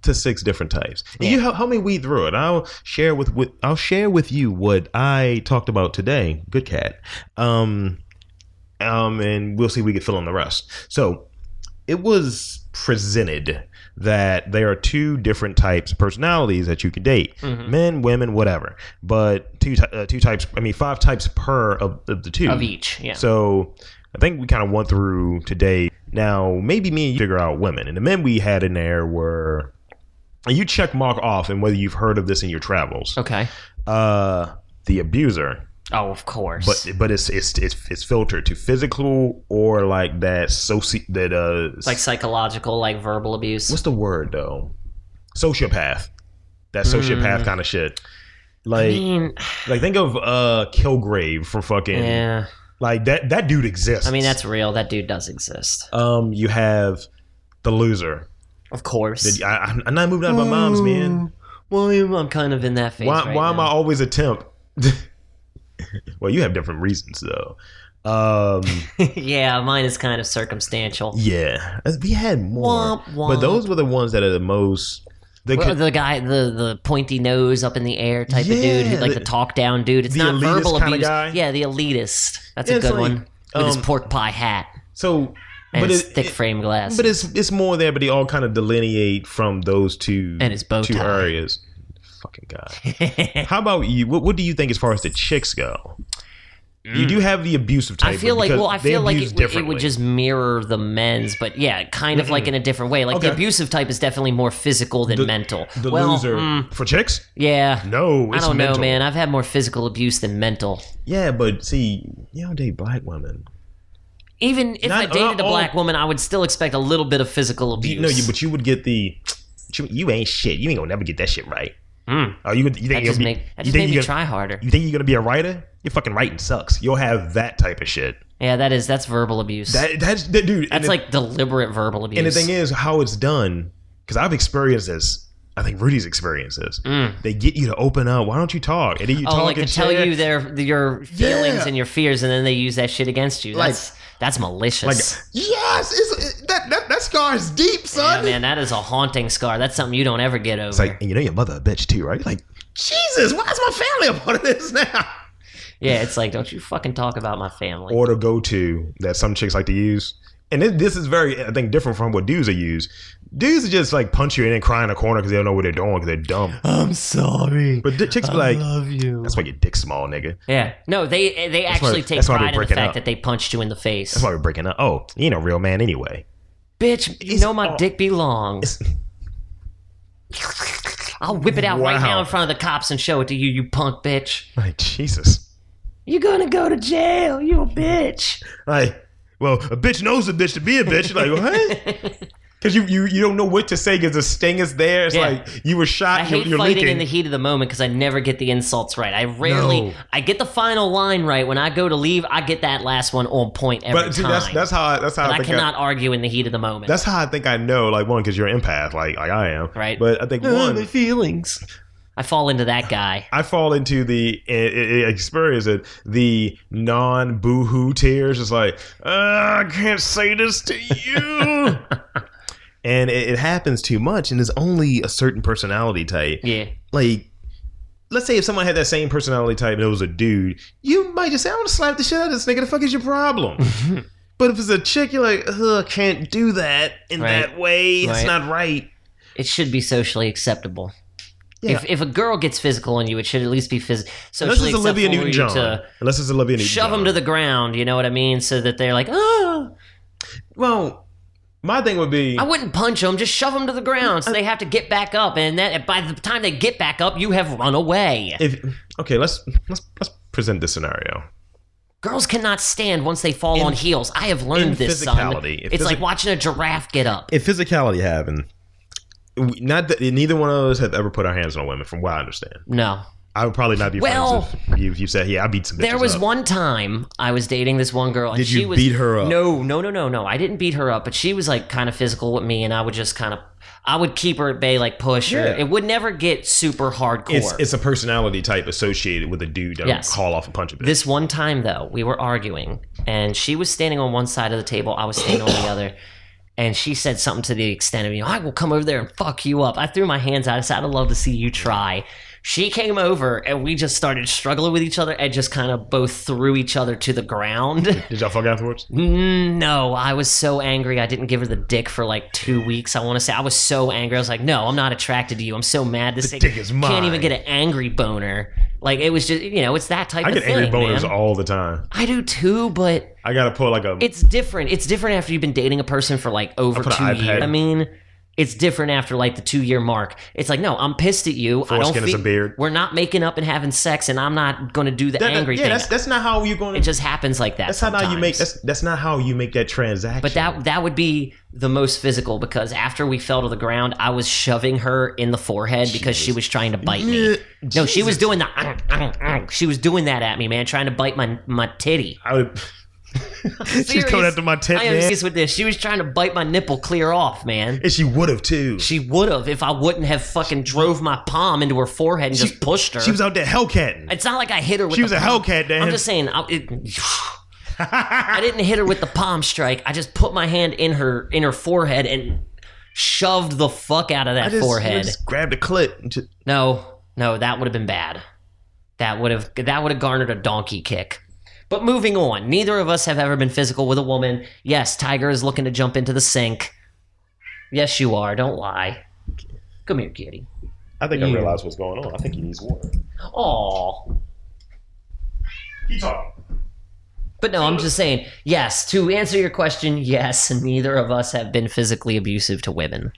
[SPEAKER 1] to six different types. And You help, help me weed through it. I'll share with, with I'll share with you what I talked about today. Good cat. Um, um, and we'll see if we can fill in the rest. So it was presented that there are two different types of personalities that you can date
[SPEAKER 2] Mm-hmm.
[SPEAKER 1] men women whatever but two ty- uh, two types i mean five types per of, of the two
[SPEAKER 2] Of each, yeah.
[SPEAKER 1] so I think we kind of went through today. Now, maybe me and you figure out women. And the men we had in there were. and You check mark off and whether you've heard of this in your travels.
[SPEAKER 2] okay.
[SPEAKER 1] Uh, the abuser,
[SPEAKER 2] Oh, of course.
[SPEAKER 1] but but it's it's it's, it's filtered to physical or like that soci that uh
[SPEAKER 2] like psychological, like verbal abuse.
[SPEAKER 1] what's the word though, sociopath, that sociopath kind of shit.
[SPEAKER 2] Mm. I
[SPEAKER 1] Like
[SPEAKER 2] mean,
[SPEAKER 1] like think of uh Kilgrave from fucking
[SPEAKER 2] yeah.
[SPEAKER 1] like that that dude exists.
[SPEAKER 2] I mean, that's real. That dude does exist.
[SPEAKER 1] Um, you have the loser.
[SPEAKER 2] Of course.
[SPEAKER 1] Did- I, I'm- I'm not moving out of my mom's,
[SPEAKER 2] Hmm.
[SPEAKER 1] man.
[SPEAKER 2] well, I'm I'm kind of in that phase.
[SPEAKER 1] Why,
[SPEAKER 2] right
[SPEAKER 1] why am I
[SPEAKER 2] now.
[SPEAKER 1] always a temp? well, you have different reasons though. Um,
[SPEAKER 2] yeah, mine is kind of circumstantial.
[SPEAKER 1] yeah, we had more,
[SPEAKER 2] Womp, womp.
[SPEAKER 1] but those were the ones that are the most. They
[SPEAKER 2] Well,
[SPEAKER 1] could,
[SPEAKER 2] the guy, the the pointy nose up in the air type of dude, who,
[SPEAKER 1] Yeah,
[SPEAKER 2] like the,
[SPEAKER 1] the-
[SPEAKER 2] talk down dude. It's
[SPEAKER 1] the
[SPEAKER 2] not
[SPEAKER 1] elitist
[SPEAKER 2] verbal
[SPEAKER 1] kinda
[SPEAKER 2] abuse.
[SPEAKER 1] guy.
[SPEAKER 2] Yeah, the elitist. That's a
[SPEAKER 1] It's
[SPEAKER 2] good
[SPEAKER 1] like,
[SPEAKER 2] one with his
[SPEAKER 1] um,
[SPEAKER 2] pork pie hat
[SPEAKER 1] so,
[SPEAKER 2] and
[SPEAKER 1] but
[SPEAKER 2] his
[SPEAKER 1] it,
[SPEAKER 2] thick
[SPEAKER 1] it-
[SPEAKER 2] frame glass.
[SPEAKER 1] but it's it's more there, but they all kind of delineate from those two
[SPEAKER 2] And his bow
[SPEAKER 1] two
[SPEAKER 2] tie.
[SPEAKER 1] areas. Fucking god. How about you? What, what do you think as far as the chicks go? You do have the abusive type.
[SPEAKER 2] Mm. I feel like
[SPEAKER 1] because
[SPEAKER 2] well, I
[SPEAKER 1] they
[SPEAKER 2] feel like
[SPEAKER 1] abuse
[SPEAKER 2] it, would- it
[SPEAKER 1] differently.
[SPEAKER 2] would just mirror the men's, but yeah, kind of like in a different way. Like the
[SPEAKER 1] Okay.
[SPEAKER 2] abusive type is definitely more physical than mental.
[SPEAKER 1] the
[SPEAKER 2] well,
[SPEAKER 1] loser
[SPEAKER 2] mm,
[SPEAKER 1] for chicks.
[SPEAKER 2] yeah.
[SPEAKER 1] No,
[SPEAKER 2] I
[SPEAKER 1] it's
[SPEAKER 2] don't know,
[SPEAKER 1] mental.
[SPEAKER 2] man. I've had more physical abuse than mental.
[SPEAKER 1] Yeah, but see, you don't date black women.
[SPEAKER 2] Even if
[SPEAKER 1] Not-
[SPEAKER 2] I dated
[SPEAKER 1] not
[SPEAKER 2] a
[SPEAKER 1] all-
[SPEAKER 2] black woman, I would still expect a little bit of physical abuse.
[SPEAKER 1] You, no, you, but you would get the. You, you ain't shit. You ain't gonna never get that shit right.
[SPEAKER 2] Mm.
[SPEAKER 1] Oh, you, you think
[SPEAKER 2] that
[SPEAKER 1] you're
[SPEAKER 2] just
[SPEAKER 1] gonna
[SPEAKER 2] make
[SPEAKER 1] be, you
[SPEAKER 2] that just
[SPEAKER 1] think
[SPEAKER 2] made me
[SPEAKER 1] you're gonna,
[SPEAKER 2] try harder.
[SPEAKER 1] You think you're gonna be a writer? your fucking writing sucks. You'll have that type of shit.
[SPEAKER 2] Yeah, that is that's verbal abuse.
[SPEAKER 1] That that's that, dude.
[SPEAKER 2] that's
[SPEAKER 1] and
[SPEAKER 2] like deliberate verbal abuse.
[SPEAKER 1] the, and the thing is how it's done because I've experienced this. I think Rudy's experienced this. They get you to open up. Why don't you talk? And then you
[SPEAKER 2] Mm. oh,
[SPEAKER 1] talk
[SPEAKER 2] like to
[SPEAKER 1] and
[SPEAKER 2] tell
[SPEAKER 1] shit.
[SPEAKER 2] you their your feelings
[SPEAKER 1] Yeah.
[SPEAKER 2] and your fears, and then they use that shit against you. That's that's
[SPEAKER 1] like
[SPEAKER 2] malicious.
[SPEAKER 1] yes, it's, it, that that that scar is deep, son.
[SPEAKER 2] yeah, man, that is a haunting scar. That's something you don't ever get over.
[SPEAKER 1] It's like, and you know your mother a bitch too, right? Like, Jesus, why is my family a part of this now?
[SPEAKER 2] yeah, it's like don't you fucking talk about my family.
[SPEAKER 1] Or the go-to that some chicks like to use, and it, this is very, I think, different from what dudes are used. Dudes are just like punch you and then cry in a corner because they don't know what they're doing because they're dumb.
[SPEAKER 2] I'm sorry.
[SPEAKER 1] But di- chicks be like,
[SPEAKER 2] love you.
[SPEAKER 1] "That's why your dick's small, nigga.
[SPEAKER 2] Yeah, no, they they
[SPEAKER 1] why-
[SPEAKER 2] actually take
[SPEAKER 1] that's why we
[SPEAKER 2] pride in the
[SPEAKER 1] break it
[SPEAKER 2] fact
[SPEAKER 1] up.
[SPEAKER 2] that they punched you in the face.
[SPEAKER 1] That's why we're breaking up. Oh, you ain't a real man anyway.
[SPEAKER 2] Bitch, you
[SPEAKER 1] It's-
[SPEAKER 2] know my
[SPEAKER 1] oh.
[SPEAKER 2] dick be long. I'll whip it out right
[SPEAKER 1] Wow.
[SPEAKER 2] now in front of the cops and show it to you, you punk bitch.
[SPEAKER 1] Like Jesus.
[SPEAKER 2] You're gonna go to jail, you a bitch.
[SPEAKER 1] Like, well, a bitch knows a bitch to be a bitch. Like, what? Because you, you you don't know what to say because the sting is there. It's
[SPEAKER 2] Yeah.
[SPEAKER 1] like you were shot. you're,
[SPEAKER 2] I hate
[SPEAKER 1] you're
[SPEAKER 2] fighting
[SPEAKER 1] leaking.
[SPEAKER 2] in the heat of the moment because I never get the insults right. I rarely,
[SPEAKER 1] No.
[SPEAKER 2] I get the final line right. When I go to leave, I get that last one on point every
[SPEAKER 1] But see,
[SPEAKER 2] time.
[SPEAKER 1] that's that's how I- that's how
[SPEAKER 2] But
[SPEAKER 1] I
[SPEAKER 2] I
[SPEAKER 1] think
[SPEAKER 2] cannot argue in the heat of the moment.
[SPEAKER 1] that's how I think I know. Like one, because you're an empath, like like I am.
[SPEAKER 2] Right.
[SPEAKER 1] But I think one,
[SPEAKER 2] feelings. I fall into that guy.
[SPEAKER 1] I fall into the i- i- i- experience it the non boohoo tears. It's like uh, I can't say this to you. And it, it happens too much, and there's only a certain personality type.
[SPEAKER 2] Yeah.
[SPEAKER 1] Like, let's say if someone had that same personality type and it was a dude, you might just say, "I want to slap the shit out of this nigga." The fuck is your problem? but if it's a chick, you're like, "Ugh, can't do that in
[SPEAKER 2] Right.
[SPEAKER 1] that way.
[SPEAKER 2] Right.
[SPEAKER 1] It's not right."
[SPEAKER 2] It should be socially acceptable.
[SPEAKER 1] Yeah.
[SPEAKER 2] If, if a girl gets physical on you, it should at least be phys-
[SPEAKER 1] Unless
[SPEAKER 2] socially
[SPEAKER 1] it's Olivia
[SPEAKER 2] acceptable for
[SPEAKER 1] Newton
[SPEAKER 2] you
[SPEAKER 1] John.
[SPEAKER 2] to
[SPEAKER 1] Unless it's Olivia Newton.
[SPEAKER 2] shove them to the ground. You know what I mean? So that they're like, oh,
[SPEAKER 1] Well, my thing would be.
[SPEAKER 2] I wouldn't punch them. Just shove them to the ground. So they have to get back up, and that by the time they get back up, you have run away.
[SPEAKER 1] if okay, let's let's let's present this scenario.
[SPEAKER 2] Girls cannot stand once they fall on heels. I have
[SPEAKER 1] in
[SPEAKER 2] learned this. Son.
[SPEAKER 1] physicality. If
[SPEAKER 2] It's like
[SPEAKER 1] physic-
[SPEAKER 2] watching a giraffe get up.
[SPEAKER 1] If physicality happened, we- not that neither one of us have ever put our hands on women, from what I understand.
[SPEAKER 2] no,
[SPEAKER 1] I would probably not be friends
[SPEAKER 2] Well-
[SPEAKER 1] if you, if you said, "Yeah, I beat some."
[SPEAKER 2] There
[SPEAKER 1] bitches
[SPEAKER 2] was
[SPEAKER 1] up.
[SPEAKER 2] one time I was dating this one girl. And
[SPEAKER 1] Did
[SPEAKER 2] she
[SPEAKER 1] you
[SPEAKER 2] was,
[SPEAKER 1] beat her up?
[SPEAKER 2] No, no, no, no, no. I didn't beat her up, but she was like kind of physical with me, and I would just kind of, I would keep her at bay, like push her.
[SPEAKER 1] Yeah.
[SPEAKER 2] It would never get super hardcore.
[SPEAKER 1] It's it's a personality type associated with a dude that
[SPEAKER 2] Yes.
[SPEAKER 1] will call off a punch a bitch.
[SPEAKER 2] this one time though, we were arguing, and she was standing on one side of the table, I was standing on the other. And she said something to the extent of, you know, I will come over there and fuck you up. I threw my hands out. I said, I'd love to see you try. She came over and we just started struggling with each other and just kind of both threw each other to the ground.
[SPEAKER 1] Did y'all fuck afterwards?
[SPEAKER 2] Mm, No, I was so angry. I didn't give her the dick for like two weeks. I want to say I was so angry. I was like, no, I'm not attracted to you. I'm so mad. This
[SPEAKER 1] The
[SPEAKER 2] thing
[SPEAKER 1] dick is
[SPEAKER 2] Can't
[SPEAKER 1] mine.
[SPEAKER 2] even get an angry boner. Like it was just you know it's that type.
[SPEAKER 1] I
[SPEAKER 2] of
[SPEAKER 1] get angry
[SPEAKER 2] thing,
[SPEAKER 1] boners
[SPEAKER 2] man.
[SPEAKER 1] all the time.
[SPEAKER 2] I do too, but
[SPEAKER 1] I gotta pull like a.
[SPEAKER 2] it's different. It's different after you've been dating a person for like over two
[SPEAKER 1] put an iPad.
[SPEAKER 2] years. I mean. It's different after like the two year mark. It's like, no, I'm pissed at you. I don't
[SPEAKER 1] Foreskin is
[SPEAKER 2] feel-
[SPEAKER 1] a beard.
[SPEAKER 2] We're not making up and having sex, and I'm not going to do the
[SPEAKER 1] That- that-
[SPEAKER 2] angry
[SPEAKER 1] yeah,
[SPEAKER 2] thing.
[SPEAKER 1] that's that's not how you going.
[SPEAKER 2] it
[SPEAKER 1] to
[SPEAKER 2] just happens like that.
[SPEAKER 1] That's not how you make.
[SPEAKER 2] sometimes.
[SPEAKER 1] That's that's not how you make that transaction.
[SPEAKER 2] But that that would be the most physical because after we fell to the ground, I was shoving her in the forehead because she was trying to bite me. No, she was doing the. "Ung, ung, ung." She was doing that at me, man, trying to bite my my titty.
[SPEAKER 1] I would. She's coming after my tit,
[SPEAKER 2] I am
[SPEAKER 1] man.
[SPEAKER 2] serious with this. She was trying to bite my nipple clear off, man.
[SPEAKER 1] And she would have too. She,
[SPEAKER 2] She would have if I wouldn't have fucking drove my palm into her forehead and just pushed her.
[SPEAKER 1] was out there hellcatting.
[SPEAKER 2] it's not like I hit her. with
[SPEAKER 1] She was
[SPEAKER 2] the
[SPEAKER 1] a
[SPEAKER 2] palm.
[SPEAKER 1] hellcat, Dan.
[SPEAKER 2] I'm just saying. I, it, I didn't hit her with the palm strike. I just put my hand in her in her forehead and shoved the fuck out of that
[SPEAKER 1] I just,
[SPEAKER 2] forehead.
[SPEAKER 1] Just grabbed the clip. And just,
[SPEAKER 2] No, no, that would have been bad. That would have that would have garnered a donkey kick. But moving on, neither of us have ever been physical with a woman. Yes, Tiger is looking to jump into the sink. Yes, you are. Don't lie. Come here, kitty.
[SPEAKER 1] I think
[SPEAKER 2] Yeah.
[SPEAKER 1] realize what's going on. I think he needs water.
[SPEAKER 2] Aw.
[SPEAKER 1] Keep talking.
[SPEAKER 2] But no, I'm just saying, yes, to answer your question, yes, neither of us have been physically abusive to women.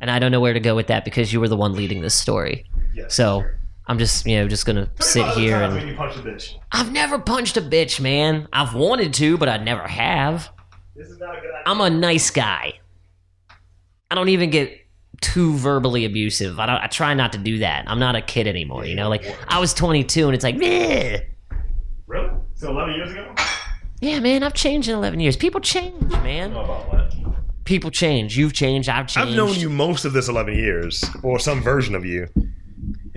[SPEAKER 2] And I don't know where to go with that because you were the one leading this story.
[SPEAKER 1] Yes.
[SPEAKER 2] So I'm just, you know, just gonna sit here and
[SPEAKER 1] you punch a bitch.
[SPEAKER 2] I've never punched a bitch, man. I've wanted to, but I never have.
[SPEAKER 1] This is not a good idea.
[SPEAKER 2] I'm a nice guy. I don't even get too verbally abusive. I don't I try not to do that. I'm not a kid anymore, you know? Like I was 22 and it's like, "Meh."
[SPEAKER 1] So 11 years ago?
[SPEAKER 2] Yeah, man, I've changed in 11 years. People change, man.
[SPEAKER 1] about what?
[SPEAKER 2] People change. You've changed. I've changed.
[SPEAKER 1] I've known you most of this 11 years, or some version of you.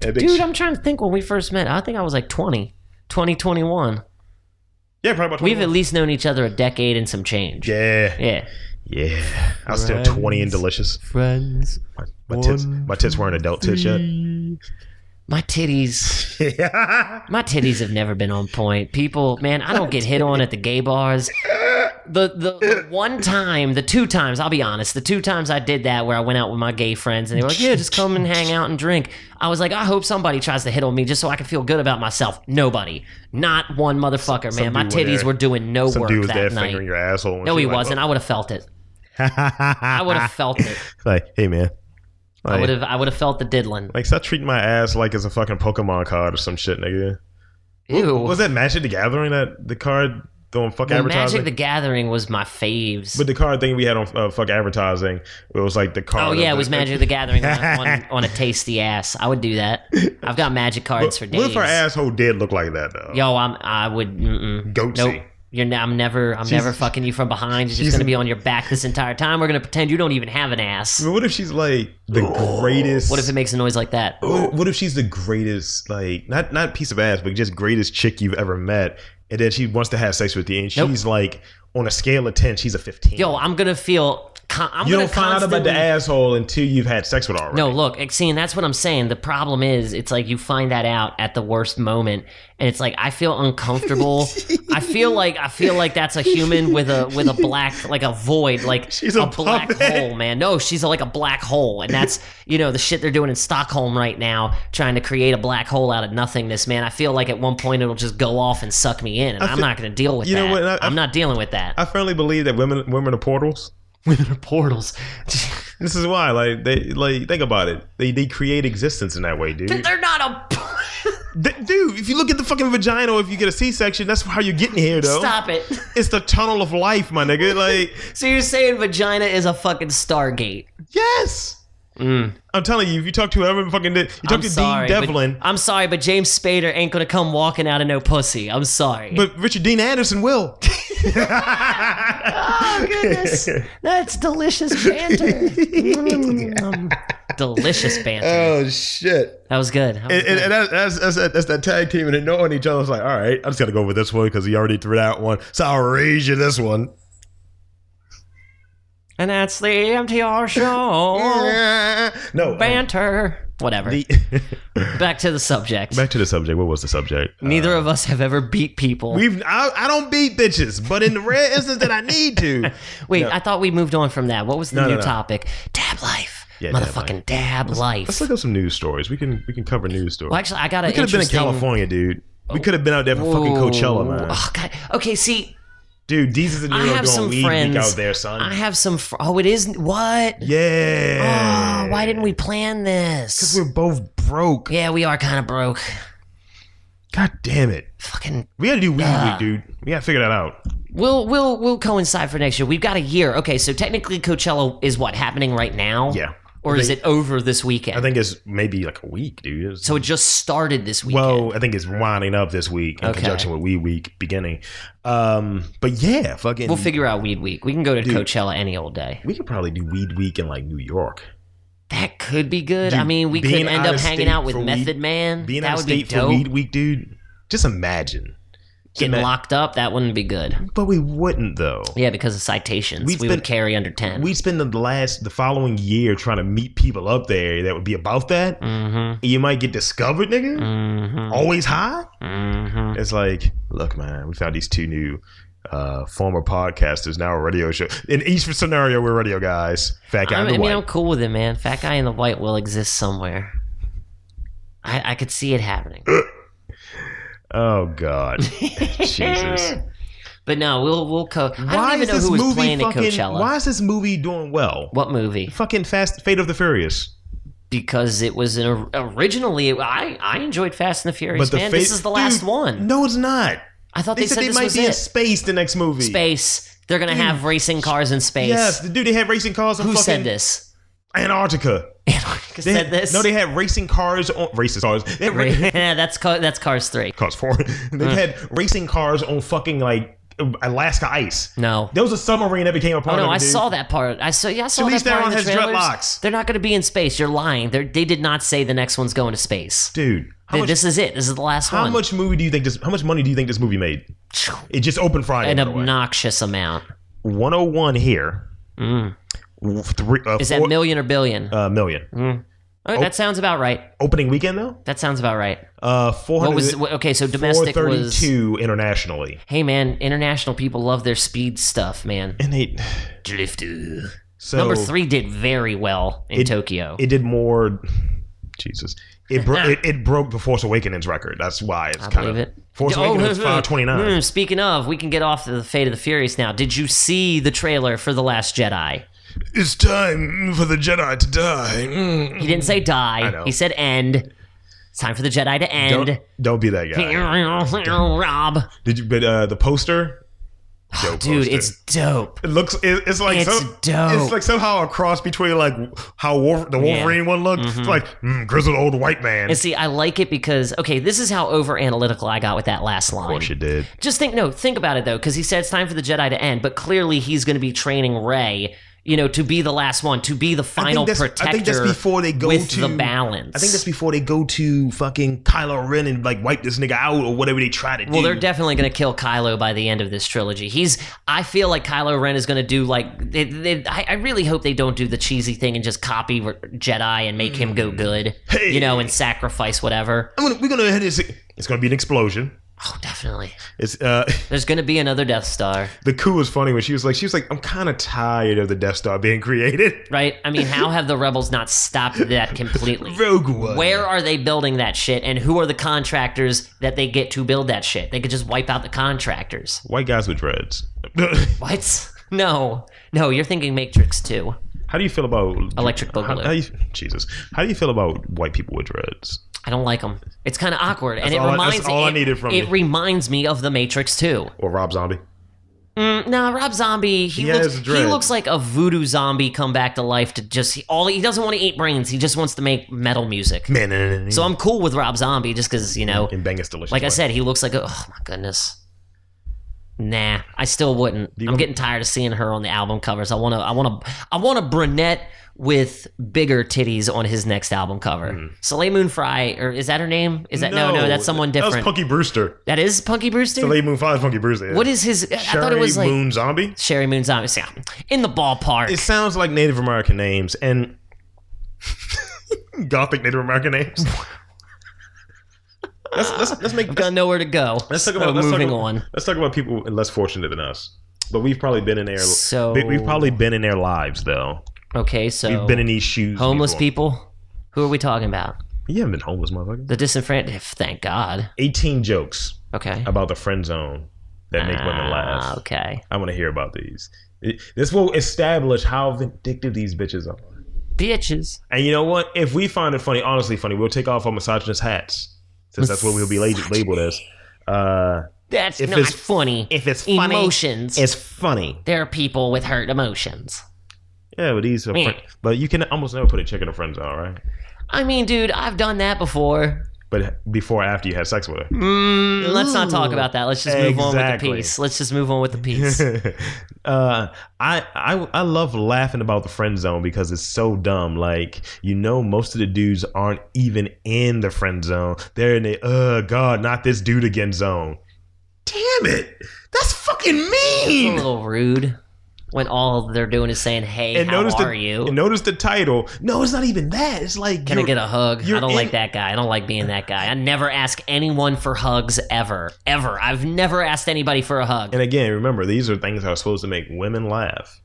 [SPEAKER 1] Yeah, big
[SPEAKER 2] Dude,
[SPEAKER 1] sh-
[SPEAKER 2] I'm trying to think when we first met. I think I was like 20, 20, 21.
[SPEAKER 1] yeah, probably about 20.
[SPEAKER 2] We've at least known each other a decade and some change.
[SPEAKER 1] yeah,
[SPEAKER 2] Yeah.
[SPEAKER 1] yeah. I was still 20 and delicious.
[SPEAKER 2] Friends.
[SPEAKER 1] My tits, my tits weren't adult tits yet.
[SPEAKER 2] My titties. My titties have never been on point. People, man, I don't get hit on at the gay bars. The, the the one time, the two times, I'll be honest, the two times I did that where I went out with my gay friends and they were like, "Yeah, just come and hang out and drink." I was like, "I hope somebody tries to hit on me just so I can feel good about myself." Nobody. Not one motherfucker, man. My
[SPEAKER 1] dude were
[SPEAKER 2] titties
[SPEAKER 1] there.
[SPEAKER 2] were doing no
[SPEAKER 1] Some
[SPEAKER 2] work
[SPEAKER 1] dude was
[SPEAKER 2] that
[SPEAKER 1] there
[SPEAKER 2] night.
[SPEAKER 1] fingering your asshole. and
[SPEAKER 2] No,
[SPEAKER 1] shit
[SPEAKER 2] he
[SPEAKER 1] like,
[SPEAKER 2] wasn't. I would have felt it. I
[SPEAKER 1] I
[SPEAKER 2] would have felt it.
[SPEAKER 1] like, hey man,
[SPEAKER 2] I
[SPEAKER 1] like,
[SPEAKER 2] would have I would have felt the diddling.
[SPEAKER 1] like stop treating my ass like it's a fucking Pokemon card or some shit, nigga.
[SPEAKER 2] Ew.
[SPEAKER 1] Was that Magic the Gathering that the card on fuck
[SPEAKER 2] Well,
[SPEAKER 1] advertising?
[SPEAKER 2] Magic the Gathering was my faves.
[SPEAKER 1] but the card thing we had on uh, fuck advertising, it was like the card.
[SPEAKER 2] Oh yeah,
[SPEAKER 1] of
[SPEAKER 2] it
[SPEAKER 1] the-
[SPEAKER 2] was Magic the Gathering on, on, on a tasty ass. I would do that. I've got magic cards for
[SPEAKER 1] What
[SPEAKER 2] days.
[SPEAKER 1] if her asshole did look like that though?
[SPEAKER 2] Yo, I'm I would mm-mm.
[SPEAKER 1] Goatsy.
[SPEAKER 2] Nope. You're ne- I'm never I'm never fucking you from behind. You're just
[SPEAKER 1] she's-
[SPEAKER 2] gonna be on your back this entire time. We're gonna pretend you don't even have an ass.
[SPEAKER 1] I mean, what if she's like the greatest?
[SPEAKER 2] What if it makes a noise like that?
[SPEAKER 1] What, what if she's the greatest, like not not piece of ass, but just greatest chick you've ever met, and then she wants to have sex with you, and
[SPEAKER 2] Nope.
[SPEAKER 1] she's like on a scale of ten, she's a fifteen.
[SPEAKER 2] Yo, I'm gonna feel. Con- I'm
[SPEAKER 1] you
[SPEAKER 2] gonna
[SPEAKER 1] don't find out about the
[SPEAKER 2] constantly-
[SPEAKER 1] asshole until you've had sex with her. Already.
[SPEAKER 2] No, look, like, see, and that's what I'm saying. The problem is, it's like you find that out at the worst moment, and it's like I feel uncomfortable. I feel like I feel like that's a human with a with a black like a void, like
[SPEAKER 1] She's a
[SPEAKER 2] black
[SPEAKER 1] puppet.
[SPEAKER 2] hole, man. No, she's like a black hole, and that's you know the shit they're doing in Stockholm right now, trying to create a black hole out of nothingness, man. I feel like at one point it'll just go off and suck me in, and I'm
[SPEAKER 1] fe-
[SPEAKER 2] not going to deal with
[SPEAKER 1] You
[SPEAKER 2] that.
[SPEAKER 1] know what, I- I-
[SPEAKER 2] I'm not dealing with that.
[SPEAKER 1] I firmly believe that women women are portals.
[SPEAKER 2] Women are portals.
[SPEAKER 1] This is why, like they like think about it, they they create existence in that way, dude.
[SPEAKER 2] they're not a.
[SPEAKER 1] D- dude, if you look at the fucking vagina, or if you get a C section, that's how you're getting here, though.
[SPEAKER 2] Stop it.
[SPEAKER 1] It's the tunnel of life, my nigga. Like
[SPEAKER 2] So you're saying vagina is a fucking Stargate?
[SPEAKER 1] yes. I'm telling you, if you talk to whoever fucking did, you talk
[SPEAKER 2] Mm. I'm
[SPEAKER 1] to
[SPEAKER 2] sorry,
[SPEAKER 1] Dean
[SPEAKER 2] but-
[SPEAKER 1] Devlin,
[SPEAKER 2] I'm sorry, but James Spader ain't gonna come walking out of no pussy. I'm sorry.
[SPEAKER 1] But Richard Dean Anderson will.
[SPEAKER 2] oh goodness, that's delicious banter. Mm, delicious banter.
[SPEAKER 1] oh shit!
[SPEAKER 2] That was good. That was
[SPEAKER 1] And, and,
[SPEAKER 2] good.
[SPEAKER 1] and that- that's, that's, that- that's that tag team and ignoring each other. It's like, all right, I just got to go with this one because he already threw out one, so I'll raise you this one.
[SPEAKER 2] and that's the MTR show.
[SPEAKER 1] no, um,
[SPEAKER 2] banter. Whatever.
[SPEAKER 1] the-
[SPEAKER 2] Back to the subject.
[SPEAKER 1] back to the subject. What was the subject? Uh,
[SPEAKER 2] Neither of us have ever beat people.
[SPEAKER 1] we've I, I don't beat bitches, but in the rare instance that I need to,
[SPEAKER 2] Wait, I thought we moved on from that. What was the
[SPEAKER 1] No, no,
[SPEAKER 2] new
[SPEAKER 1] no.
[SPEAKER 2] topic? Dab life.
[SPEAKER 1] Yeah, dab
[SPEAKER 2] Motherfucking dab, life.
[SPEAKER 1] let's look up some news stories. We can we can cover news stories.
[SPEAKER 2] well, actually, I got an
[SPEAKER 1] we could have been in
[SPEAKER 2] interesting.
[SPEAKER 1] California, dude. We could have been out there for fucking
[SPEAKER 2] Ooh.
[SPEAKER 1] Coachella, man.
[SPEAKER 2] Oh, God. Okay, see,
[SPEAKER 1] Dude, these is the New
[SPEAKER 2] I
[SPEAKER 1] York
[SPEAKER 2] have
[SPEAKER 1] doing
[SPEAKER 2] some
[SPEAKER 1] weed
[SPEAKER 2] friends.
[SPEAKER 1] week out there, son.
[SPEAKER 2] I have some. Fr- oh, it isn't. What?
[SPEAKER 1] Yeah.
[SPEAKER 2] Oh, why didn't we plan this?
[SPEAKER 1] We're both broke.
[SPEAKER 2] Yeah, we are kind of broke.
[SPEAKER 1] God damn it.
[SPEAKER 2] Fucking.
[SPEAKER 1] We gotta do weed week, dude. We gotta figure that out.
[SPEAKER 2] We'll we'll we'll coincide for next year. We've got a year. Okay, so technically Coachella is what happening right now.
[SPEAKER 1] Yeah.
[SPEAKER 2] Or is it over this weekend?
[SPEAKER 1] I think it's maybe like a week, dude. It's-
[SPEAKER 2] so. It just started this weekend.
[SPEAKER 1] well, I think it's winding up this week in
[SPEAKER 2] Okay.
[SPEAKER 1] conjunction with Weed Week beginning. Um, but yeah, fucking.
[SPEAKER 2] We'll figure out Weed Week. We can go to Coachella any old day.
[SPEAKER 1] we could probably do Weed Week in like New York.
[SPEAKER 2] That could be good.
[SPEAKER 1] Dude,
[SPEAKER 2] I mean, we
[SPEAKER 1] being
[SPEAKER 2] could end
[SPEAKER 1] out
[SPEAKER 2] up
[SPEAKER 1] of
[SPEAKER 2] hanging
[SPEAKER 1] state
[SPEAKER 2] out with
[SPEAKER 1] for weed-
[SPEAKER 2] Method Man.
[SPEAKER 1] Being
[SPEAKER 2] that
[SPEAKER 1] out of
[SPEAKER 2] would be
[SPEAKER 1] state for
[SPEAKER 2] dope.
[SPEAKER 1] Weed Week, dude. Just imagine.
[SPEAKER 2] Getting
[SPEAKER 1] Ima-
[SPEAKER 2] locked up, that wouldn't be good.
[SPEAKER 1] But we wouldn't though.
[SPEAKER 2] Yeah, because of citations, we
[SPEAKER 1] We've been-
[SPEAKER 2] would carry under ten.
[SPEAKER 1] We'd spend the last the following year trying to meet people up there that would be about that.
[SPEAKER 2] mm-hmm.
[SPEAKER 1] You might get discovered, nigga.
[SPEAKER 2] Mm-hmm.
[SPEAKER 1] always high.
[SPEAKER 2] Mm-hmm.
[SPEAKER 1] It's like, look, man, we found these two new uh, former podcasters, now a radio show. In each scenario, we're radio guys. Fat guy
[SPEAKER 2] I
[SPEAKER 1] and the
[SPEAKER 2] mean,
[SPEAKER 1] white.
[SPEAKER 2] I'm cool with it, man. Fat guy in the white will exist somewhere. I, I could see it happening.
[SPEAKER 1] Uh. oh God, Jesus!
[SPEAKER 2] But no, we'll we'll co. I
[SPEAKER 1] why
[SPEAKER 2] don't even
[SPEAKER 1] is
[SPEAKER 2] know
[SPEAKER 1] this
[SPEAKER 2] who was
[SPEAKER 1] movie
[SPEAKER 2] playing
[SPEAKER 1] fucking?
[SPEAKER 2] at Coachella.
[SPEAKER 1] Why is this movie doing well?
[SPEAKER 2] What movie?
[SPEAKER 1] Fucking Fast Fate of the Furious.
[SPEAKER 2] Because it was an or- originally. I I enjoyed Fast and the Furious,
[SPEAKER 1] the
[SPEAKER 2] man.
[SPEAKER 1] Fate-
[SPEAKER 2] this is the last
[SPEAKER 1] Dude,
[SPEAKER 2] one.
[SPEAKER 1] No, it's not.
[SPEAKER 2] I thought
[SPEAKER 1] They,
[SPEAKER 2] they,
[SPEAKER 1] said,
[SPEAKER 2] said,
[SPEAKER 1] they
[SPEAKER 2] this
[SPEAKER 1] might
[SPEAKER 2] was
[SPEAKER 1] be in
[SPEAKER 2] it.
[SPEAKER 1] space the next movie.
[SPEAKER 2] Space. They're gonna have racing cars in space.
[SPEAKER 1] Yes, the dude they had racing cars. and
[SPEAKER 2] who
[SPEAKER 1] fucking,
[SPEAKER 2] said this?
[SPEAKER 1] Antarctica.
[SPEAKER 2] Antarctica
[SPEAKER 1] They
[SPEAKER 2] said
[SPEAKER 1] had-
[SPEAKER 2] this.
[SPEAKER 1] No, they had racing cars on racist cars. They had ra-
[SPEAKER 2] yeah, that's car, that's Cars Three.
[SPEAKER 1] cars for they've had racing cars on fucking like Alaska ice.
[SPEAKER 2] No.
[SPEAKER 1] There was a submarine that became a
[SPEAKER 2] Oh
[SPEAKER 1] part
[SPEAKER 2] no,
[SPEAKER 1] of it.
[SPEAKER 2] I
[SPEAKER 1] dude.
[SPEAKER 2] saw that part. I saw. Yeah, I saw
[SPEAKER 1] Charlize
[SPEAKER 2] that part
[SPEAKER 1] Theron
[SPEAKER 2] in the
[SPEAKER 1] has
[SPEAKER 2] trailers.
[SPEAKER 1] dreadlocks.
[SPEAKER 2] They're not going to be in space. You're lying. They're, they did not say the next one's going to space.
[SPEAKER 1] dude. How
[SPEAKER 2] Th-
[SPEAKER 1] much,
[SPEAKER 2] this is it. This is the last
[SPEAKER 1] how
[SPEAKER 2] one.
[SPEAKER 1] much movie do you think this? How much money do you think this movie made? It just opened Friday.
[SPEAKER 2] An
[SPEAKER 1] by the way.
[SPEAKER 2] obnoxious amount.
[SPEAKER 1] 101 here. W- Three, uh,
[SPEAKER 2] Mm. Is that Mm.
[SPEAKER 1] four-
[SPEAKER 2] million or billion?
[SPEAKER 1] uh, oh. million?
[SPEAKER 2] All right, that sounds about right.
[SPEAKER 1] Opening weekend though,
[SPEAKER 2] That sounds about right.
[SPEAKER 1] uh,
[SPEAKER 2] What
[SPEAKER 1] 400,
[SPEAKER 2] was what- okay? So domestic was.
[SPEAKER 1] 432 internationally,
[SPEAKER 2] Hey man, international people love their speed stuff, man.
[SPEAKER 1] and they
[SPEAKER 2] Drifter.
[SPEAKER 1] so
[SPEAKER 2] Number three did very well in
[SPEAKER 1] It-
[SPEAKER 2] Tokyo.
[SPEAKER 1] It did more. Jesus, it, bro- it it broke the Force Awakens record. That's why it's kind
[SPEAKER 2] believe
[SPEAKER 1] of
[SPEAKER 2] it.
[SPEAKER 1] Force
[SPEAKER 2] Oh,
[SPEAKER 1] Awakens was 529.
[SPEAKER 2] mm, speaking of, we can get off the Fate of the Furious now. Did you see the trailer for The Last Jedi?
[SPEAKER 1] It's time for the Jedi to die. Mm.
[SPEAKER 2] He didn't say die.
[SPEAKER 1] know.
[SPEAKER 2] He said end. It's time for the Jedi to end.
[SPEAKER 1] Don't, don't be that guy.
[SPEAKER 2] Rob,
[SPEAKER 1] Did you? But uh, the poster, Dope
[SPEAKER 2] Oh, dude,
[SPEAKER 1] poster.
[SPEAKER 2] it's dope.
[SPEAKER 1] It looks. It, it's like
[SPEAKER 2] It's
[SPEAKER 1] some,
[SPEAKER 2] dope.
[SPEAKER 1] It's like somehow a cross between like how Wolf, the Wolverine one looked.
[SPEAKER 2] Mm-hmm.
[SPEAKER 1] It's like mm, grizzled old white man.
[SPEAKER 2] And see, I like it because okay, this is how over analytical I got with that last
[SPEAKER 1] of
[SPEAKER 2] line.
[SPEAKER 1] course, you did.
[SPEAKER 2] Just think, no, think about it though, because he said it's time for the Jedi to end, but clearly he's going to be training Rey, you know, to be the last one, to be the final
[SPEAKER 1] that's- I
[SPEAKER 2] protector.
[SPEAKER 1] think that's before they go
[SPEAKER 2] with
[SPEAKER 1] to-
[SPEAKER 2] the balance.
[SPEAKER 1] I think that's before they go to fucking Kylo Ren and like wipe this nigga out or whatever they try to do.
[SPEAKER 2] Well, they're definitely going to kill Kylo by the end of this trilogy. He's. I feel like Kylo Ren is going to do like. They, they, I, I really hope they don't do the cheesy thing and just copy Re- Jedi and make him go good.
[SPEAKER 1] Hey.
[SPEAKER 2] You know, and sacrifice whatever.
[SPEAKER 1] I'm gonna, we're gonna hit this. It's gonna be an explosion.
[SPEAKER 2] Oh, definitely.
[SPEAKER 1] It's uh,
[SPEAKER 2] There's going to be another Death Star,
[SPEAKER 1] the coup was funny when she was like, she was like, I'm kind of tired of the Death Star being created.
[SPEAKER 2] right? I mean, how have the rebels not stopped that completely?
[SPEAKER 1] Rogue One.
[SPEAKER 2] Where are they building that shit, and who are the contractors that they get to build that shit? They could just wipe out the contractors.
[SPEAKER 1] White guys with dreads.
[SPEAKER 2] What? No, no, you're thinking Matrix 2.
[SPEAKER 1] how do you feel about
[SPEAKER 2] Electric
[SPEAKER 1] how-
[SPEAKER 2] Boogaloo.
[SPEAKER 1] how you- Jesus, how do you feel about white people with dreads?
[SPEAKER 2] I don't like them. It's kind of awkward, and it
[SPEAKER 1] all I- that's
[SPEAKER 2] reminds
[SPEAKER 1] all
[SPEAKER 2] it,
[SPEAKER 1] I needed from
[SPEAKER 2] it
[SPEAKER 1] you.
[SPEAKER 2] reminds me of The Matrix too.
[SPEAKER 1] Or Rob Zombie?
[SPEAKER 2] Mm, nah, Rob Zombie, he,
[SPEAKER 1] He
[SPEAKER 2] looks
[SPEAKER 1] has
[SPEAKER 2] he
[SPEAKER 1] dread.
[SPEAKER 2] looks like a voodoo zombie come back to life to just he- all he doesn't want to eat brains. He just wants to make metal music.
[SPEAKER 1] Man,
[SPEAKER 2] So I'm cool with Rob Zombie just because you know,
[SPEAKER 1] and bang is delicious.
[SPEAKER 2] like I
[SPEAKER 1] Why-
[SPEAKER 2] said, he looks like a, oh my goodness. Nah, I still wouldn't. I'm
[SPEAKER 1] want-
[SPEAKER 2] getting tired of seeing her on the album covers. I want to, I want to, I want a brunette with bigger titties on his next album cover.
[SPEAKER 1] Hmm.
[SPEAKER 2] Soleil Moon Frye, or is that her name? Is that no, no, that's someone
[SPEAKER 1] That was
[SPEAKER 2] different.
[SPEAKER 1] Punky Brewster.
[SPEAKER 2] That is Punky Brewster.
[SPEAKER 1] The late Moon Five Punky Brewster. yeah.
[SPEAKER 2] what is his? I- I thought it
[SPEAKER 1] Sherry
[SPEAKER 2] was like
[SPEAKER 1] Moon Zombie.
[SPEAKER 2] Sherry Moon Zombie. Yeah, in the ballpark.
[SPEAKER 1] It sounds like Native American names and Gothic Native American names. let's, let's, let's make
[SPEAKER 2] Got nowhere to go.
[SPEAKER 1] let's talk
[SPEAKER 2] So
[SPEAKER 1] about let's talk
[SPEAKER 2] moving
[SPEAKER 1] about-
[SPEAKER 2] on.
[SPEAKER 1] Let's talk about people less fortunate than us. But we've probably been in their
[SPEAKER 2] So-
[SPEAKER 1] we- we've probably been in their lives though.
[SPEAKER 2] Okay, so
[SPEAKER 1] We've been in these shoes.
[SPEAKER 2] homeless
[SPEAKER 1] before.
[SPEAKER 2] people. Who are we talking about?
[SPEAKER 1] You haven't been homeless, motherfucker.
[SPEAKER 2] The disenfranchised. Thank God.
[SPEAKER 1] Eighteen jokes
[SPEAKER 2] Okay.
[SPEAKER 1] about the friend zone that make women laugh.
[SPEAKER 2] Ah, okay.
[SPEAKER 1] I want to hear about these. It- This will establish how vindictive these bitches are.
[SPEAKER 2] Bitches.
[SPEAKER 1] And you know what? If we find it funny, honestly funny, we'll take off our misogynist hats since that's what we'll be la- labeled as. Uh,
[SPEAKER 2] That's
[SPEAKER 1] If
[SPEAKER 2] not
[SPEAKER 1] it's-
[SPEAKER 2] funny.
[SPEAKER 1] if it's funny,
[SPEAKER 2] emotions.
[SPEAKER 1] it's funny.
[SPEAKER 2] there are people with hurt emotions.
[SPEAKER 1] Yeah, but these are.
[SPEAKER 2] Meh.
[SPEAKER 1] Friend- but you can almost never put a chick in a friend zone, right?
[SPEAKER 2] I mean, dude, I've done that before.
[SPEAKER 1] But before, or after you had sex with
[SPEAKER 2] Mm, let's not talk
[SPEAKER 1] Ooh.
[SPEAKER 2] about that. Let's just move on with the
[SPEAKER 1] Exactly.
[SPEAKER 2] piece. Let's just move on with the piece.
[SPEAKER 1] her. uh, I, I I love laughing about the friend zone because it's so dumb. Like you know, most of the dudes aren't even in the friend zone. They're in the uh God, not this dude again zone. Damn it! That's fucking
[SPEAKER 2] a
[SPEAKER 1] mean.
[SPEAKER 2] little rude when all they're doing is saying, "Hey,
[SPEAKER 1] and
[SPEAKER 2] how
[SPEAKER 1] notice
[SPEAKER 2] are
[SPEAKER 1] the,
[SPEAKER 2] you?
[SPEAKER 1] and notice the title. No, it's not even that. It's like
[SPEAKER 2] Can I
[SPEAKER 1] you're-
[SPEAKER 2] get a hug? I
[SPEAKER 1] you're
[SPEAKER 2] don't like
[SPEAKER 1] in-
[SPEAKER 2] that guy. I don't like being that guy. I never ask anyone for hugs ever, ever. I've never asked anybody for a hug.
[SPEAKER 1] And again, remember these are things that are supposed to make women laugh.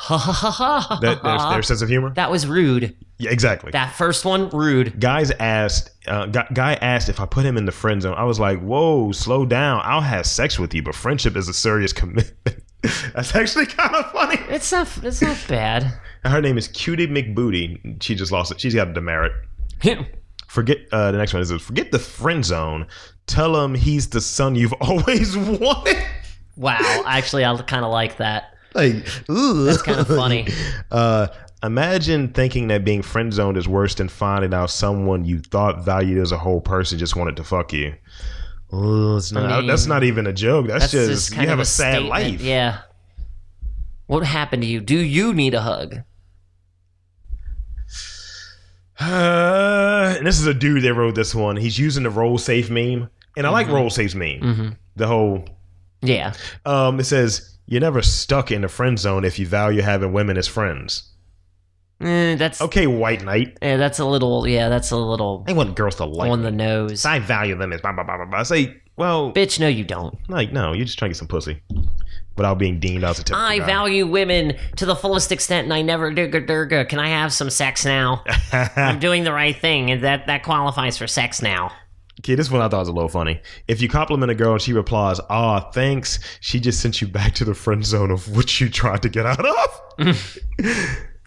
[SPEAKER 2] Ha ha ha ha.
[SPEAKER 1] That their, their sense of humor.
[SPEAKER 2] Uh-huh. That was rude.
[SPEAKER 1] Yeah, exactly.
[SPEAKER 2] That first one, rude.
[SPEAKER 1] Guys asked, uh, gu- guy asked if I put him in the friend zone. I was like, "Whoa, slow down! I'll have sex with you, but friendship is a serious commitment." That's actually kind of funny.
[SPEAKER 2] It's not. It's not bad.
[SPEAKER 1] Her name is Cutie McBooty. She just lost it. She's got a demerit. Forget uh, the next one is forget the friend zone. Tell him he's the son you've always wanted.
[SPEAKER 2] Wow, actually, I kind of like that.
[SPEAKER 1] like, ooh, that's
[SPEAKER 2] kinda funny.
[SPEAKER 1] Uh, Imagine thinking that being friend zoned is worse than finding out someone you thought valued as a whole person just wanted to fuck you. Ooh, it's not,
[SPEAKER 2] mean,
[SPEAKER 1] that's not even a joke. That's,
[SPEAKER 2] That's
[SPEAKER 1] just,
[SPEAKER 2] kind
[SPEAKER 1] you have
[SPEAKER 2] of
[SPEAKER 1] a, sad
[SPEAKER 2] statement.
[SPEAKER 1] life.
[SPEAKER 2] Yeah. What happened to you? Do you need a hug?
[SPEAKER 1] Uh, and this is a dude that wrote this one. He's using the roll safe meme, and I like roll safe's meme. The whole
[SPEAKER 2] Yeah.
[SPEAKER 1] um, it says you're never stuck in the friend zone if you value having women as friends.
[SPEAKER 2] Eh, that's
[SPEAKER 1] Okay, white knight.
[SPEAKER 2] eh, that's a little. Yeah, that's a little
[SPEAKER 1] I want girls to like.
[SPEAKER 2] on
[SPEAKER 1] me.
[SPEAKER 2] the nose.
[SPEAKER 1] I value them as blah blah blah blah. blah. I say, well,
[SPEAKER 2] Bitch, no, you don't.
[SPEAKER 1] like no, you're just trying to get some pussy without being deemed as a typical
[SPEAKER 2] I
[SPEAKER 1] guy.
[SPEAKER 2] value women to the fullest extent, and I never durga durga. Can I have some sex now? I'm doing the right thing, and that that qualifies for sex now.
[SPEAKER 1] Okay, this one I thought was a little funny. If you compliment a girl and she replies, "Ah, thanks," she just sent you back to the friend zone of which you tried to get out of.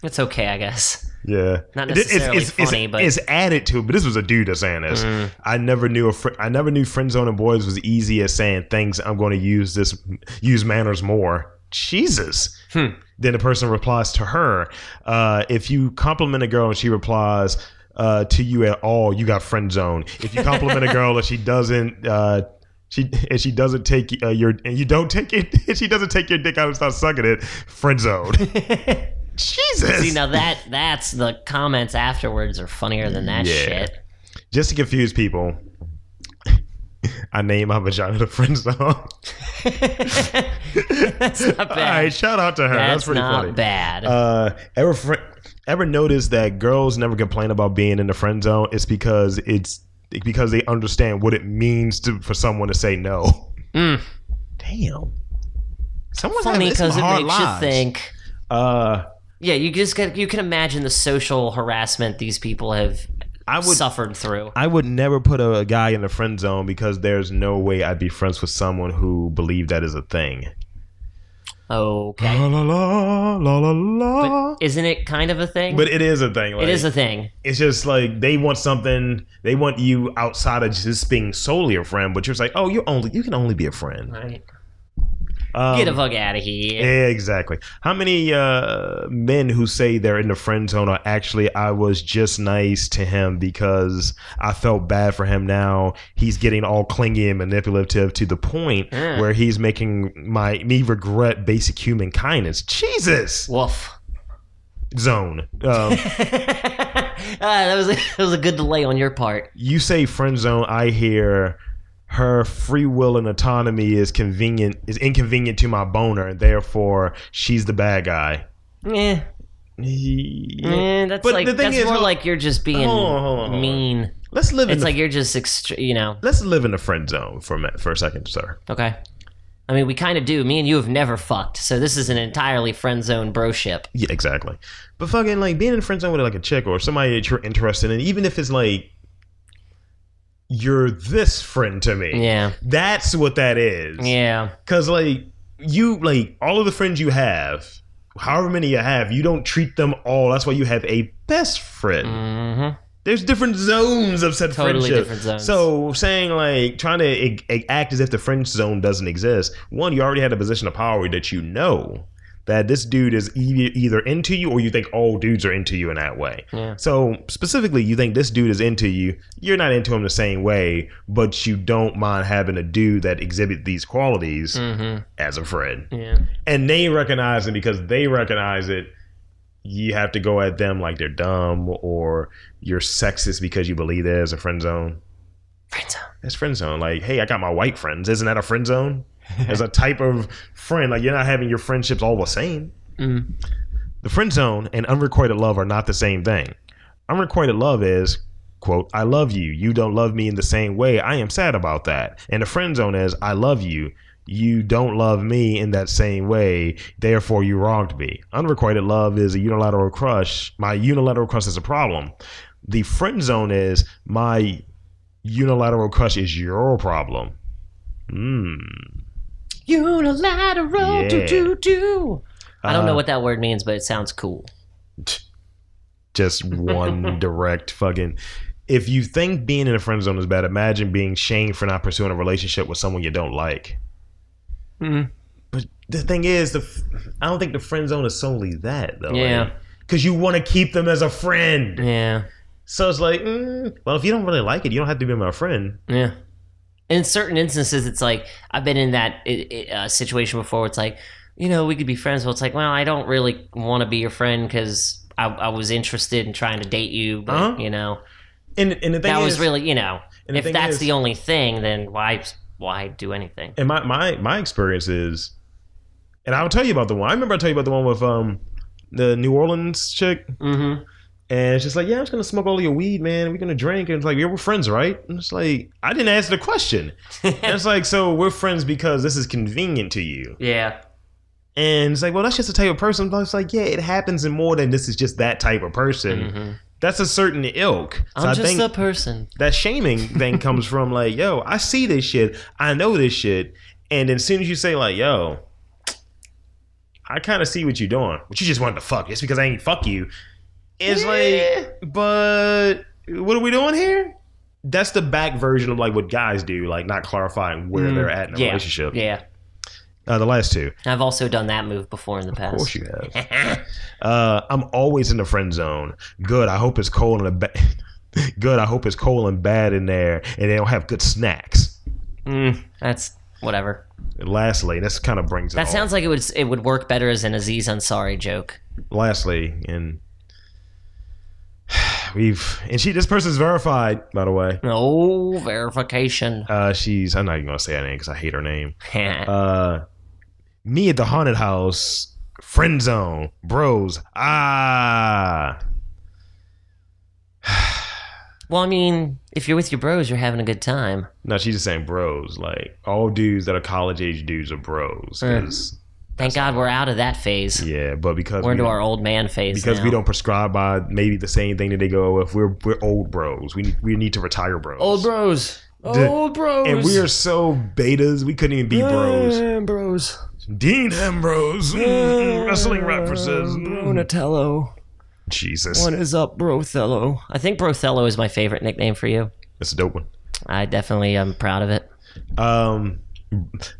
[SPEAKER 2] It's okay, I guess.
[SPEAKER 1] Yeah,
[SPEAKER 2] Not
[SPEAKER 1] It- it's-
[SPEAKER 2] necessarily
[SPEAKER 1] it's, it's,
[SPEAKER 2] funny, but- Mm.
[SPEAKER 1] it's added to. But this was a dude that's saying this. I never knew a fr- I never knew friend zoning boys was easy as saying thanks. I'm going to use this use manners more. Jesus.
[SPEAKER 2] Hmm.
[SPEAKER 1] Then the person replies to her. Uh, if you compliment a girl and she replies. Uh, to you at all, you got friend zone. If you compliment a girl and she doesn't, uh, she and she doesn't take uh, your and you don't take it, and she doesn't take your dick out and start sucking it, friend zone. Jesus.
[SPEAKER 2] See, now that that's the comments afterwards are funnier than that
[SPEAKER 1] Yeah.
[SPEAKER 2] shit.
[SPEAKER 1] just to confuse people, I name my vagina the friend zone. All
[SPEAKER 2] that's not bad.
[SPEAKER 1] right, shout out to her. That's,
[SPEAKER 2] that's
[SPEAKER 1] pretty
[SPEAKER 2] not
[SPEAKER 1] funny.
[SPEAKER 2] bad.
[SPEAKER 1] Uh, ever fri ever notice that girls never complain about being in the friend zone? It's because it's because they understand what it means to for someone to say no.
[SPEAKER 2] Mm.
[SPEAKER 1] Damn. Someone's
[SPEAKER 2] Funny
[SPEAKER 1] having some
[SPEAKER 2] because it
[SPEAKER 1] hard
[SPEAKER 2] makes
[SPEAKER 1] lives.
[SPEAKER 2] you think.
[SPEAKER 1] Uh,
[SPEAKER 2] Yeah, you just got, you can imagine the social harassment these people have
[SPEAKER 1] I would
[SPEAKER 2] suffered through.
[SPEAKER 1] I would never put a, a guy in the friend zone because there's no way I'd be friends with someone who believed that is a thing.
[SPEAKER 2] Okay,
[SPEAKER 1] La la la la la la.
[SPEAKER 2] but isn't it kind of a thing?
[SPEAKER 1] But it is a thing. Like,
[SPEAKER 2] it is a thing.
[SPEAKER 1] It's just like they want something. They want you outside of just being solely a friend. But you're just like, oh, you only you can only be a friend.
[SPEAKER 2] Right.
[SPEAKER 1] Um,
[SPEAKER 2] Get a fuck out of here.
[SPEAKER 1] yeah, exactly. How many uh, men who say they're in the friend zone are actually I was just nice to him because I felt bad for him. Now he's getting all clingy and manipulative to the point
[SPEAKER 2] Yeah.
[SPEAKER 1] where he's making my me regret basic human kindness. Jesus
[SPEAKER 2] Woof.
[SPEAKER 1] zone. Um,
[SPEAKER 2] Ah, that was a, that was a good delay on your part.
[SPEAKER 1] you say friend zone, I hear her free will and autonomy is convenient is inconvenient to my boner, and therefore she's the bad guy.
[SPEAKER 2] Eh, eh, that's
[SPEAKER 1] But
[SPEAKER 2] like
[SPEAKER 1] the thing
[SPEAKER 2] that's
[SPEAKER 1] is,
[SPEAKER 2] more
[SPEAKER 1] hold-
[SPEAKER 2] like you're just being
[SPEAKER 1] Hold on, hold on, hold on.
[SPEAKER 2] mean.
[SPEAKER 1] Let's live in
[SPEAKER 2] It's
[SPEAKER 1] the,
[SPEAKER 2] like you're just extre- you know.
[SPEAKER 1] let's live in the friend zone for a minute, for a second, sir.
[SPEAKER 2] Okay. I mean, we kind of do. Me and you have never fucked, so this is an entirely friend zone broship.
[SPEAKER 1] Yeah, exactly. But fucking like being in a friend zone with like a chick or somebody that you're interested in, even if it's like you're this friend to me.
[SPEAKER 2] Yeah.
[SPEAKER 1] That's what that is.
[SPEAKER 2] Yeah.
[SPEAKER 1] Cause like you like all of the friends you have, however many you have, you don't treat them all. That's why you have a best friend.
[SPEAKER 2] hmm
[SPEAKER 1] There's different zones of said
[SPEAKER 2] Totally
[SPEAKER 1] friendship.
[SPEAKER 2] different zones.
[SPEAKER 1] So saying like trying to ig- ig- act as if the friend zone doesn't exist. One, you already had a position of power that you know that this dude is e- either into you or you think all dudes are into you in that way.
[SPEAKER 2] Yeah.
[SPEAKER 1] So specifically, you think this dude is into you. You're not into him the same way, but you don't mind having a dude that exhibit these qualities
[SPEAKER 2] hmm
[SPEAKER 1] as a friend
[SPEAKER 2] Yeah.
[SPEAKER 1] and they recognize it because they recognize it you have to go at them like they're dumb or you're sexist because you believe there's a friend zone
[SPEAKER 2] Friend zone.
[SPEAKER 1] that's friend zone like hey i got my white friends isn't that a friend zone as a type of friend like you're not having your friendships all the same
[SPEAKER 2] Mm.
[SPEAKER 1] the friend zone and unrequited love are not the same thing unrequited love is quote i love you you don't love me in the same way i am sad about that and the friend zone is i love you you don't love me in that same way therefore you wronged me unrequited love is a unilateral crush my unilateral crush is a problem the friend zone is my unilateral crush is your problem mm.
[SPEAKER 2] Unilateral.
[SPEAKER 1] Yeah.
[SPEAKER 2] Do do do. I don't
[SPEAKER 1] Uh,
[SPEAKER 2] know what that word means, but it sounds cool.
[SPEAKER 1] just one direct fucking. If you think being in a friend zone is bad, imagine being shamed for not pursuing a relationship with someone you don't like.
[SPEAKER 2] Mhm.
[SPEAKER 1] Mm-hmm. But the thing is, the f- I don't think the friend zone is solely that though.
[SPEAKER 2] Yeah.
[SPEAKER 1] because you want to keep them as a friend.
[SPEAKER 2] Yeah.
[SPEAKER 1] So it's like, mm, well, if you don't really like it, you don't have to be my friend.
[SPEAKER 2] Yeah. In certain instances, it's like I've been in that i i uh, situation before. Where it's like, you know, we could be friends, but it's like, well, I don't really want to be your friend because I, I was interested in trying to date you, but
[SPEAKER 1] Uh-huh.
[SPEAKER 2] you know,
[SPEAKER 1] And and the thing
[SPEAKER 2] that
[SPEAKER 1] is,
[SPEAKER 2] was really, you know,
[SPEAKER 1] and the
[SPEAKER 2] if
[SPEAKER 1] thing
[SPEAKER 2] that's
[SPEAKER 1] is-
[SPEAKER 2] the only thing, then why why do anything?
[SPEAKER 1] and my my my experience is, and I'll tell you about the one. I remember I tell you about the one with um the New Orleans chick,
[SPEAKER 2] Mm-hmm.
[SPEAKER 1] and it's just like, yeah, I'm just gonna smoke all your weed, man. We're gonna drink, and it's like, yeah, we're friends, right? And it's like, I didn't answer the question. and it's like, so we're friends because this is convenient to you.
[SPEAKER 2] Yeah.
[SPEAKER 1] And it's like, well, that's just the type of person. But it's like, yeah, it happens in more than this is just that type of person.
[SPEAKER 2] Mhm.
[SPEAKER 1] That's a certain ilk. So
[SPEAKER 2] I'm
[SPEAKER 1] I
[SPEAKER 2] just
[SPEAKER 1] think
[SPEAKER 2] a person.
[SPEAKER 1] that shaming thing comes from like, yo, I see this shit, I know this shit, and then as soon as you say like, yo, I kind of see what you're doing, but you just wanted to fuck just because I ain't fuck you. It's like, but what are we doing here? That's the back version of like what guys do, like not clarifying where
[SPEAKER 2] Mm,
[SPEAKER 1] they're at in a
[SPEAKER 2] yeah,
[SPEAKER 1] relationship.
[SPEAKER 2] Yeah.
[SPEAKER 1] Uh, the last two,
[SPEAKER 2] I've also done that move before in the past.
[SPEAKER 1] of course you have. Uh, I'm always in the friend zone. Good. I hope it's cold and ba- good. I hope it's cold and bad in there, and they don't have good snacks.
[SPEAKER 2] Mm, that's whatever.
[SPEAKER 1] And lastly, this kind of brings it
[SPEAKER 2] That
[SPEAKER 1] all-
[SPEAKER 2] sounds like it would it would work better as an Aziz Ansari joke.
[SPEAKER 1] Lastly, and we've and she this person's verified by the way.
[SPEAKER 2] No verification.
[SPEAKER 1] Uh, she's I'm not even gonna say her name because I hate her name.
[SPEAKER 2] yeah.
[SPEAKER 1] Uh, me at the haunted house, friend zone, bros. Ah,
[SPEAKER 2] Well, I mean, if you're with your bros, you're having a good time.
[SPEAKER 1] no, she's just saying bros. Like all dudes that are college age dudes are bros.
[SPEAKER 2] Mm.
[SPEAKER 1] 'cause-
[SPEAKER 2] Thank God we're out of that phase.
[SPEAKER 1] Yeah, but because
[SPEAKER 2] We're
[SPEAKER 1] we
[SPEAKER 2] into
[SPEAKER 1] don't-
[SPEAKER 2] our old man phase
[SPEAKER 1] because
[SPEAKER 2] now.
[SPEAKER 1] we don't prescribe by maybe the same thing that they go with. We're we're old bros. We we need to retire bros.
[SPEAKER 2] old bros.
[SPEAKER 1] Dude,
[SPEAKER 2] Old Oh, bros.
[SPEAKER 1] And we are so betas, we couldn't even be bros.
[SPEAKER 2] Yeah, bros.
[SPEAKER 1] Dean Ambrose, mm, wrestling references. Mm.
[SPEAKER 2] Brunatello.
[SPEAKER 1] Jesus,
[SPEAKER 2] is up, Brothello? I think Brothello is my favorite nickname for you.
[SPEAKER 1] that's a dope one.
[SPEAKER 2] I definitely am proud of it.
[SPEAKER 1] Um,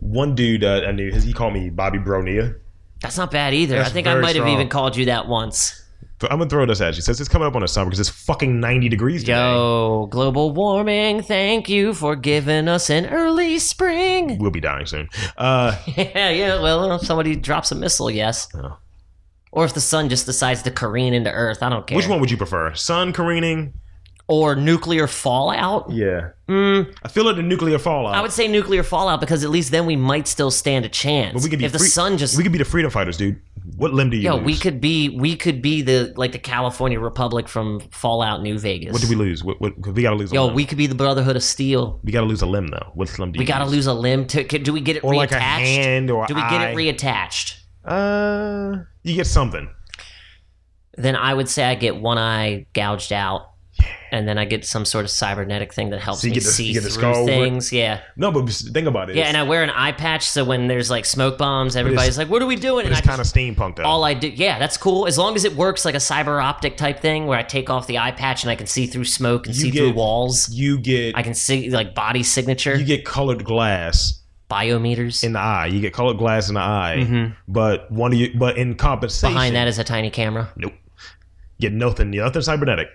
[SPEAKER 1] one dude uh, I knew, his, he called me Bobby Bronia.
[SPEAKER 2] That's not bad either.
[SPEAKER 1] That's
[SPEAKER 2] I think I
[SPEAKER 1] very
[SPEAKER 2] might have
[SPEAKER 1] strong.
[SPEAKER 2] even called you that once.
[SPEAKER 1] But I'm gonna throw this at you since it's coming up on a summer because it's fucking 90 degrees today.
[SPEAKER 2] Yo, global warming, thank you for giving us an early spring.
[SPEAKER 1] We'll be dying soon. Uh,
[SPEAKER 2] Yeah, yeah, well, if somebody drops a missile, yes.
[SPEAKER 1] Oh.
[SPEAKER 2] Or if the sun just decides to careen into Earth, I don't care.
[SPEAKER 1] which one would you prefer, sun careening?
[SPEAKER 2] Or nuclear fallout?
[SPEAKER 1] Yeah,
[SPEAKER 2] Mm,
[SPEAKER 1] I feel like the nuclear fallout.
[SPEAKER 2] I would say nuclear fallout because at least then we might still stand a chance.
[SPEAKER 1] But we could be
[SPEAKER 2] if the
[SPEAKER 1] free-
[SPEAKER 2] sun just
[SPEAKER 1] we could be the freedom fighters, dude. What limb do you?
[SPEAKER 2] Yo,
[SPEAKER 1] lose?
[SPEAKER 2] we could be we could be the like the California Republic from Fallout New Vegas.
[SPEAKER 1] What do we lose? What, what, 'cause we gotta lose. A
[SPEAKER 2] Yo,
[SPEAKER 1] limb.
[SPEAKER 2] we could be the Brotherhood of Steel.
[SPEAKER 1] we gotta lose a limb though. What limb do you?
[SPEAKER 2] We gotta lose a limb to could- do we get it
[SPEAKER 1] Or like
[SPEAKER 2] reattached?
[SPEAKER 1] a hand or
[SPEAKER 2] do we get
[SPEAKER 1] eye.
[SPEAKER 2] it reattached?
[SPEAKER 1] Uh, you get something.
[SPEAKER 2] then I would say I get one eye gouged out, and then I get some sort of cybernetic thing that helps
[SPEAKER 1] So you
[SPEAKER 2] me
[SPEAKER 1] get the-
[SPEAKER 2] see
[SPEAKER 1] you get the
[SPEAKER 2] through
[SPEAKER 1] skull over it?
[SPEAKER 2] things. Yeah,
[SPEAKER 1] No, but think about it.
[SPEAKER 2] yeah, and I wear an eye patch, so when there's like smoke bombs, everybody's like, "What are we doing?" And
[SPEAKER 1] it's
[SPEAKER 2] I
[SPEAKER 1] kind
[SPEAKER 2] just,
[SPEAKER 1] of steampunk though.
[SPEAKER 2] all I do, yeah, that's cool. As long as it works like a cyber optic type thing, where I take off the eye patch and I can see through smoke and
[SPEAKER 1] You
[SPEAKER 2] see
[SPEAKER 1] get-
[SPEAKER 2] through walls.
[SPEAKER 1] you get
[SPEAKER 2] I can see like body signature,
[SPEAKER 1] you get colored glass
[SPEAKER 2] biometers.
[SPEAKER 1] in the eye. You get colored glass in the eye.
[SPEAKER 2] Mhm.
[SPEAKER 1] But one of you, but in compensation,
[SPEAKER 2] Behind that is a tiny camera.
[SPEAKER 1] nope, you get nothing. Nothing cybernetic.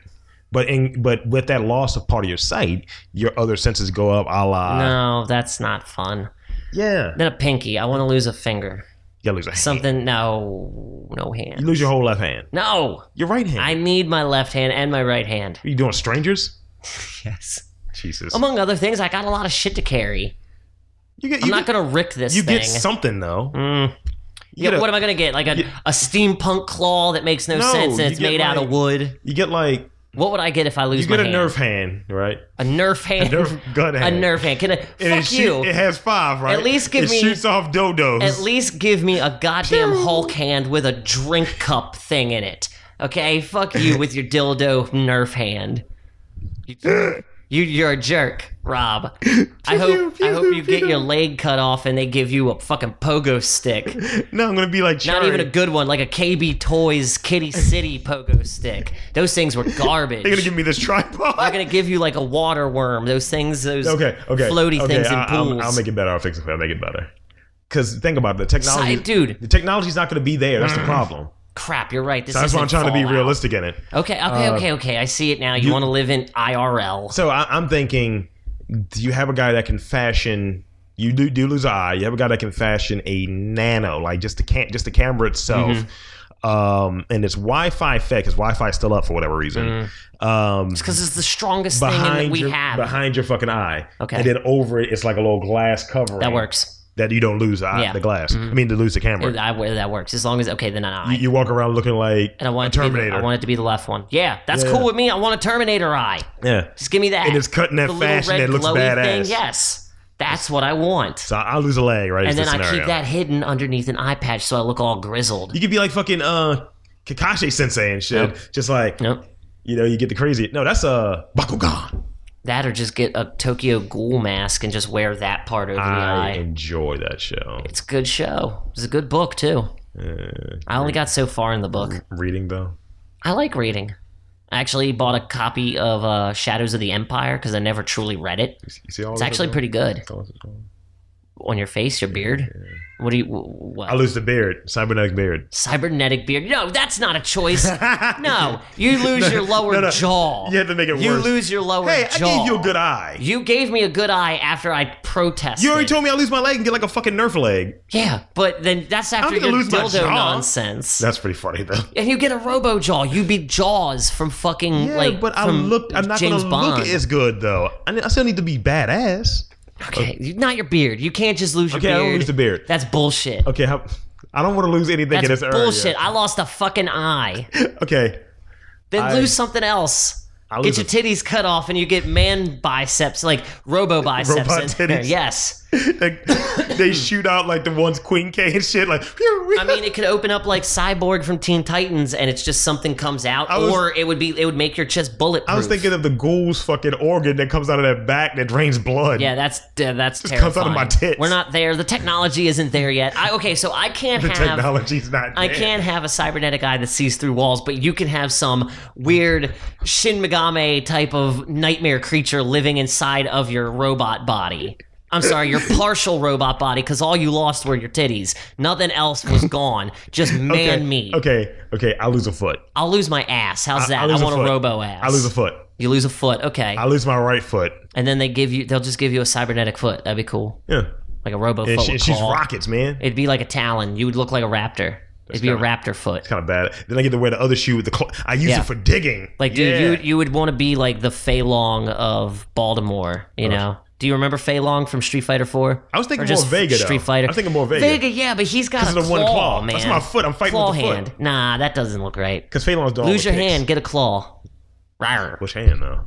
[SPEAKER 1] But in but with that loss of part of your sight, your other senses go up. A la
[SPEAKER 2] no, that's not fun.
[SPEAKER 1] yeah, you
[SPEAKER 2] Then a pinky. I want to lose a finger.
[SPEAKER 1] gotta lose a hand.
[SPEAKER 2] Something. No, no hand.
[SPEAKER 1] You lose your whole left hand.
[SPEAKER 2] No,
[SPEAKER 1] Your right hand.
[SPEAKER 2] I need my left hand and my right hand.
[SPEAKER 1] Are you doing strangers?
[SPEAKER 2] Yes.
[SPEAKER 1] Jesus.
[SPEAKER 2] Among other things, I got a lot of shit to carry.
[SPEAKER 1] you get,
[SPEAKER 2] I'm
[SPEAKER 1] you
[SPEAKER 2] not
[SPEAKER 1] get,
[SPEAKER 2] gonna rick this
[SPEAKER 1] you
[SPEAKER 2] thing.
[SPEAKER 1] get something though.
[SPEAKER 2] Mm.
[SPEAKER 1] You
[SPEAKER 2] Yeah,
[SPEAKER 1] get a-
[SPEAKER 2] what am I gonna get? Like a,
[SPEAKER 1] Yeah.
[SPEAKER 2] a steampunk claw that makes no,
[SPEAKER 1] No,
[SPEAKER 2] sense
[SPEAKER 1] you
[SPEAKER 2] and it's
[SPEAKER 1] get
[SPEAKER 2] made out of
[SPEAKER 1] like-
[SPEAKER 2] wood.
[SPEAKER 1] You get like
[SPEAKER 2] What would I get if I lose
[SPEAKER 1] you get
[SPEAKER 2] my
[SPEAKER 1] a
[SPEAKER 2] hand?
[SPEAKER 1] nerf hand, right?
[SPEAKER 2] A nerf hand.
[SPEAKER 1] Nerf gun
[SPEAKER 2] a
[SPEAKER 1] hand.
[SPEAKER 2] nerf hand. Can I,
[SPEAKER 1] And it
[SPEAKER 2] fuck
[SPEAKER 1] shoot-
[SPEAKER 2] you.
[SPEAKER 1] it has five, right?
[SPEAKER 2] At least give
[SPEAKER 1] it
[SPEAKER 2] me-
[SPEAKER 1] shoots off dodos.
[SPEAKER 2] At least give me a goddamn Hulk hand with a drink cup thing in it. Okay, fuck you with your dildo nerf hand. You, you're a jerk, Rob. I hope I hope you get your leg cut off and they give you a fucking pogo stick.
[SPEAKER 1] no, I'm gonna be like
[SPEAKER 2] Not
[SPEAKER 1] Cherry.
[SPEAKER 2] even a good one, like a KB Toys Kitty City pogo stick. Those things were garbage.
[SPEAKER 1] They're gonna give me this tripod.
[SPEAKER 2] They're gonna give you like a water worm. Those things, those
[SPEAKER 1] okay, okay,
[SPEAKER 2] floaty
[SPEAKER 1] okay,
[SPEAKER 2] things in
[SPEAKER 1] I,
[SPEAKER 2] pools.
[SPEAKER 1] I'll, I'll make it better. I'll fix it. I'll make it better. Because think about it, the technology,
[SPEAKER 2] Side- dude.
[SPEAKER 1] the technology's not gonna be there. That's the problem.
[SPEAKER 2] crap, you're right. This
[SPEAKER 1] That's why
[SPEAKER 2] isn't
[SPEAKER 1] I'm trying to be
[SPEAKER 2] Fallout.
[SPEAKER 1] realistic in it.
[SPEAKER 2] Okay, okay, okay, okay. I see it now. You,
[SPEAKER 1] Uh, you-
[SPEAKER 2] want to live in IRL.
[SPEAKER 1] So I, I'm thinking, do you have a guy that can fashion? You do do lose an eye. You have a guy that can fashion a nano, like just the can just the camera itself.
[SPEAKER 2] Mm-hmm.
[SPEAKER 1] Um, and it's Wi-Fi effect because Wi-Fi is still up for whatever reason. Um,
[SPEAKER 2] Because Mm. it's the strongest thing that
[SPEAKER 1] behind
[SPEAKER 2] we
[SPEAKER 1] your
[SPEAKER 2] have.
[SPEAKER 1] behind your fucking eye.
[SPEAKER 2] Okay.
[SPEAKER 1] And then over it, it's like a little glass covering
[SPEAKER 2] that works.
[SPEAKER 1] That you don't lose the, eye,
[SPEAKER 2] Yeah. Mm-hmm.
[SPEAKER 1] the glass. I mean, to lose the camera.
[SPEAKER 2] I, that works. As long as okay, then I.
[SPEAKER 1] you, you walk around looking like
[SPEAKER 2] and I want
[SPEAKER 1] a
[SPEAKER 2] it to be the-
[SPEAKER 1] Terminator.
[SPEAKER 2] I want it to be the left one. Yeah, that's
[SPEAKER 1] Yeah.
[SPEAKER 2] cool with me. I want a Terminator eye.
[SPEAKER 1] yeah.
[SPEAKER 2] Just give me that.
[SPEAKER 1] And it's cutting that
[SPEAKER 2] the little
[SPEAKER 1] fashion
[SPEAKER 2] red
[SPEAKER 1] that looks
[SPEAKER 2] glowy
[SPEAKER 1] badass.
[SPEAKER 2] Thing. Yes, that's what I want.
[SPEAKER 1] So I- I'll lose a leg, right?
[SPEAKER 2] and
[SPEAKER 1] It's
[SPEAKER 2] then
[SPEAKER 1] this
[SPEAKER 2] I
[SPEAKER 1] scenario.
[SPEAKER 2] keep that hidden underneath an eye patch so I look all grizzled.
[SPEAKER 1] You could be like fucking uh Kakashi Sensei and shit.
[SPEAKER 2] Nope.
[SPEAKER 1] Just like
[SPEAKER 2] nope.
[SPEAKER 1] you know, you get the crazy. No, that's uh Bakugan.
[SPEAKER 2] That or just get a Tokyo Ghoul mask and just wear that part over the
[SPEAKER 1] I
[SPEAKER 2] eye.
[SPEAKER 1] enjoy that show.
[SPEAKER 2] It's a good show. It's a good book too.
[SPEAKER 1] Uh,
[SPEAKER 2] I only got so far in the book.
[SPEAKER 1] reading though,
[SPEAKER 2] I like reading. I actually bought a copy of uh, Shadows of the Empire because I never truly read it.
[SPEAKER 1] you see- you see all.
[SPEAKER 2] It's
[SPEAKER 1] this
[SPEAKER 2] actually
[SPEAKER 1] over
[SPEAKER 2] pretty good
[SPEAKER 1] there?
[SPEAKER 2] on your face, your beard. What do you? wh- What?
[SPEAKER 1] I lose the beard, cybernetic beard.
[SPEAKER 2] cybernetic beard. No, that's not a choice. no, you lose your lower
[SPEAKER 1] no, no.
[SPEAKER 2] jaw.
[SPEAKER 1] You had to make it
[SPEAKER 2] You
[SPEAKER 1] worse.
[SPEAKER 2] lose your lower
[SPEAKER 1] Hey, I
[SPEAKER 2] jaw.
[SPEAKER 1] gave you a good eye.
[SPEAKER 2] You gave me a good eye after I protested.
[SPEAKER 1] You already told me I lose my leg and get like a fucking Nerf leg.
[SPEAKER 2] Yeah, but then that's after
[SPEAKER 1] gonna
[SPEAKER 2] your
[SPEAKER 1] lose my
[SPEAKER 2] dildo
[SPEAKER 1] jaw.
[SPEAKER 2] nonsense.
[SPEAKER 1] That's pretty funny though.
[SPEAKER 2] and you get a robo jaw. You be Jaws from fucking like.
[SPEAKER 1] but I
[SPEAKER 2] from
[SPEAKER 1] look. I'm not
[SPEAKER 2] James
[SPEAKER 1] gonna
[SPEAKER 2] Bond.
[SPEAKER 1] look as good though. I, ne- I still need to be badass.
[SPEAKER 2] Okay, you- not your beard. You can't just lose your
[SPEAKER 1] Okay, I
[SPEAKER 2] beard.
[SPEAKER 1] don't lose the beard.
[SPEAKER 2] That's bullshit.
[SPEAKER 1] Okay, how, I don't want to lose anything in
[SPEAKER 2] That's
[SPEAKER 1] this
[SPEAKER 2] bullshit.
[SPEAKER 1] area.
[SPEAKER 2] I lost a fucking eye.
[SPEAKER 1] Okay,
[SPEAKER 2] Then
[SPEAKER 1] I-
[SPEAKER 2] lose something else.
[SPEAKER 1] I
[SPEAKER 2] Get
[SPEAKER 1] lose
[SPEAKER 2] your titties cut off and you get man biceps, like robo biceps.
[SPEAKER 1] Robot
[SPEAKER 2] in there.
[SPEAKER 1] titties.
[SPEAKER 2] Yes.
[SPEAKER 1] like, they shoot out like the ones Queen K and shit. Like,
[SPEAKER 2] I mean, it could open up like Cyborg from Teen Titans, and it's just something comes out,
[SPEAKER 1] was-
[SPEAKER 2] or it would be it would make your chest bulletproof.
[SPEAKER 1] I was thinking of the ghoul's fucking organ that comes out of that back that drains blood.
[SPEAKER 2] yeah, that's uh, that's terrifying.
[SPEAKER 1] comes out of my tits.
[SPEAKER 2] We're not there. The technology isn't there yet. I, okay, so I can't
[SPEAKER 1] the
[SPEAKER 2] have
[SPEAKER 1] technology's not.
[SPEAKER 2] I
[SPEAKER 1] there.
[SPEAKER 2] can't have a cybernetic eye that sees through walls, but you can have some weird Shin Megami type of nightmare creature living inside of your robot body. I'm sorry, your partial robot body, because all you lost were your titties. Nothing else was gone. Just man
[SPEAKER 1] Okay,
[SPEAKER 2] meat.
[SPEAKER 1] Okay, okay, I lose a foot.
[SPEAKER 2] I'll lose my ass. How's that? I,
[SPEAKER 1] lose a
[SPEAKER 2] want a,
[SPEAKER 1] foot.
[SPEAKER 2] robo ass.
[SPEAKER 1] I lose a foot.
[SPEAKER 2] you lose a foot. Okay,
[SPEAKER 1] I lose my right foot.
[SPEAKER 2] and then they give you. They'll just give you a cybernetic foot. That'd be cool,
[SPEAKER 1] Yeah,
[SPEAKER 2] like a robo
[SPEAKER 1] and,
[SPEAKER 2] foot.
[SPEAKER 1] she,
[SPEAKER 2] with
[SPEAKER 1] and she's
[SPEAKER 2] claw.
[SPEAKER 1] rockets, man.
[SPEAKER 2] It'd be like a talon. You would look like a raptor. It'd be a raptor foot.
[SPEAKER 1] kind of bad. Then I get to wear the other shoe with the. Cl- I use
[SPEAKER 2] Yeah.
[SPEAKER 1] it for digging.
[SPEAKER 2] Like, dude, you you would want to be like the Fei Long of Baltimore. You know? Do you remember Fei Long from Street Fighter Four?
[SPEAKER 1] I was thinking
[SPEAKER 2] Or just
[SPEAKER 1] more Vega, though.
[SPEAKER 2] Street Fighter.
[SPEAKER 1] I was thinking more Vega.
[SPEAKER 2] Vega, yeah, but he's got a
[SPEAKER 1] of
[SPEAKER 2] claw,
[SPEAKER 1] the one claw.
[SPEAKER 2] man.
[SPEAKER 1] That's my foot. I'm fighting
[SPEAKER 2] claw
[SPEAKER 1] with the foot.
[SPEAKER 2] hand. Nah, that doesn't look right.
[SPEAKER 1] Because Phelan's dog.
[SPEAKER 2] Lose your hand, get a claw. Rawr.
[SPEAKER 1] Which hand though?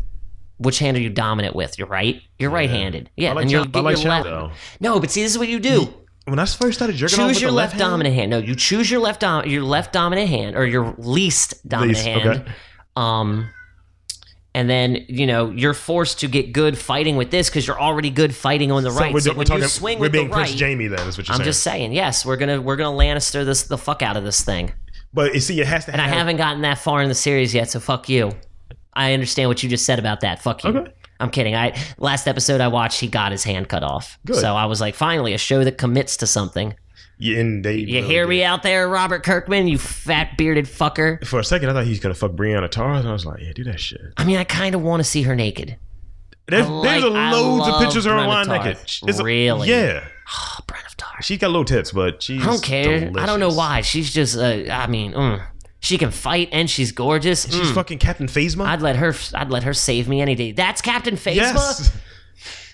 [SPEAKER 2] which hand are you dominant with? Your right? You're right handed. Yeah,
[SPEAKER 1] I like
[SPEAKER 2] and you're,
[SPEAKER 1] Chal- I
[SPEAKER 2] get
[SPEAKER 1] like
[SPEAKER 2] your left.
[SPEAKER 1] Chal-
[SPEAKER 2] No, but see, this is what you do.
[SPEAKER 1] When I first started jerking off
[SPEAKER 2] choose
[SPEAKER 1] with
[SPEAKER 2] your
[SPEAKER 1] the
[SPEAKER 2] left,
[SPEAKER 1] left, hand,
[SPEAKER 2] dominant hand. No, you choose your left dom- your left dominant hand or your least dominant
[SPEAKER 1] Least, okay.
[SPEAKER 2] hand. Um and then you know you're forced to get good fighting with this because you're already good fighting on the right.
[SPEAKER 1] we're,
[SPEAKER 2] so
[SPEAKER 1] we're
[SPEAKER 2] when
[SPEAKER 1] talking,
[SPEAKER 2] you swing
[SPEAKER 1] we're
[SPEAKER 2] with
[SPEAKER 1] being
[SPEAKER 2] the right,
[SPEAKER 1] Prince Jamie then. Is what you're
[SPEAKER 2] I'm
[SPEAKER 1] saying.
[SPEAKER 2] just saying. Yes, we're gonna we're gonna Lannister this the fuck out of this thing.
[SPEAKER 1] but you see, it has to.
[SPEAKER 2] And I
[SPEAKER 1] have,
[SPEAKER 2] haven't gotten that far in the series yet, so fuck you. I understand what you just said about that. Fuck you.
[SPEAKER 1] Okay.
[SPEAKER 2] I'm kidding. I last episode I watched, he got his hand cut off.
[SPEAKER 1] Good.
[SPEAKER 2] So I was like, finally, a show that commits to something.
[SPEAKER 1] Yeah, and they.
[SPEAKER 2] You hear me out there, Robert Kirkman? You fat bearded fucker.
[SPEAKER 1] For a second, I thought he was gonna fuck Brianna Tarr, and I was like, "Yeah, do that shit."
[SPEAKER 2] I mean, I kind of want to see her naked.
[SPEAKER 1] There's,
[SPEAKER 2] like-
[SPEAKER 1] there's a
[SPEAKER 2] I
[SPEAKER 1] loads of
[SPEAKER 2] love
[SPEAKER 1] pictures of her
[SPEAKER 2] Brianna
[SPEAKER 1] online
[SPEAKER 2] Tarth.
[SPEAKER 1] naked. It's a-
[SPEAKER 2] Really?
[SPEAKER 1] yeah,
[SPEAKER 2] Oh, Brent of Tar.
[SPEAKER 1] she's got little tits, but she's.
[SPEAKER 2] I don't care. I don't know
[SPEAKER 1] delicious.
[SPEAKER 2] why. She's just. Uh, I mean, mm. she can fight and she's gorgeous.
[SPEAKER 1] She's
[SPEAKER 2] Mm.
[SPEAKER 1] fucking Captain Phasma.
[SPEAKER 2] I'd let her. I'd let her save me any day. That's Captain Phasma.
[SPEAKER 1] yes.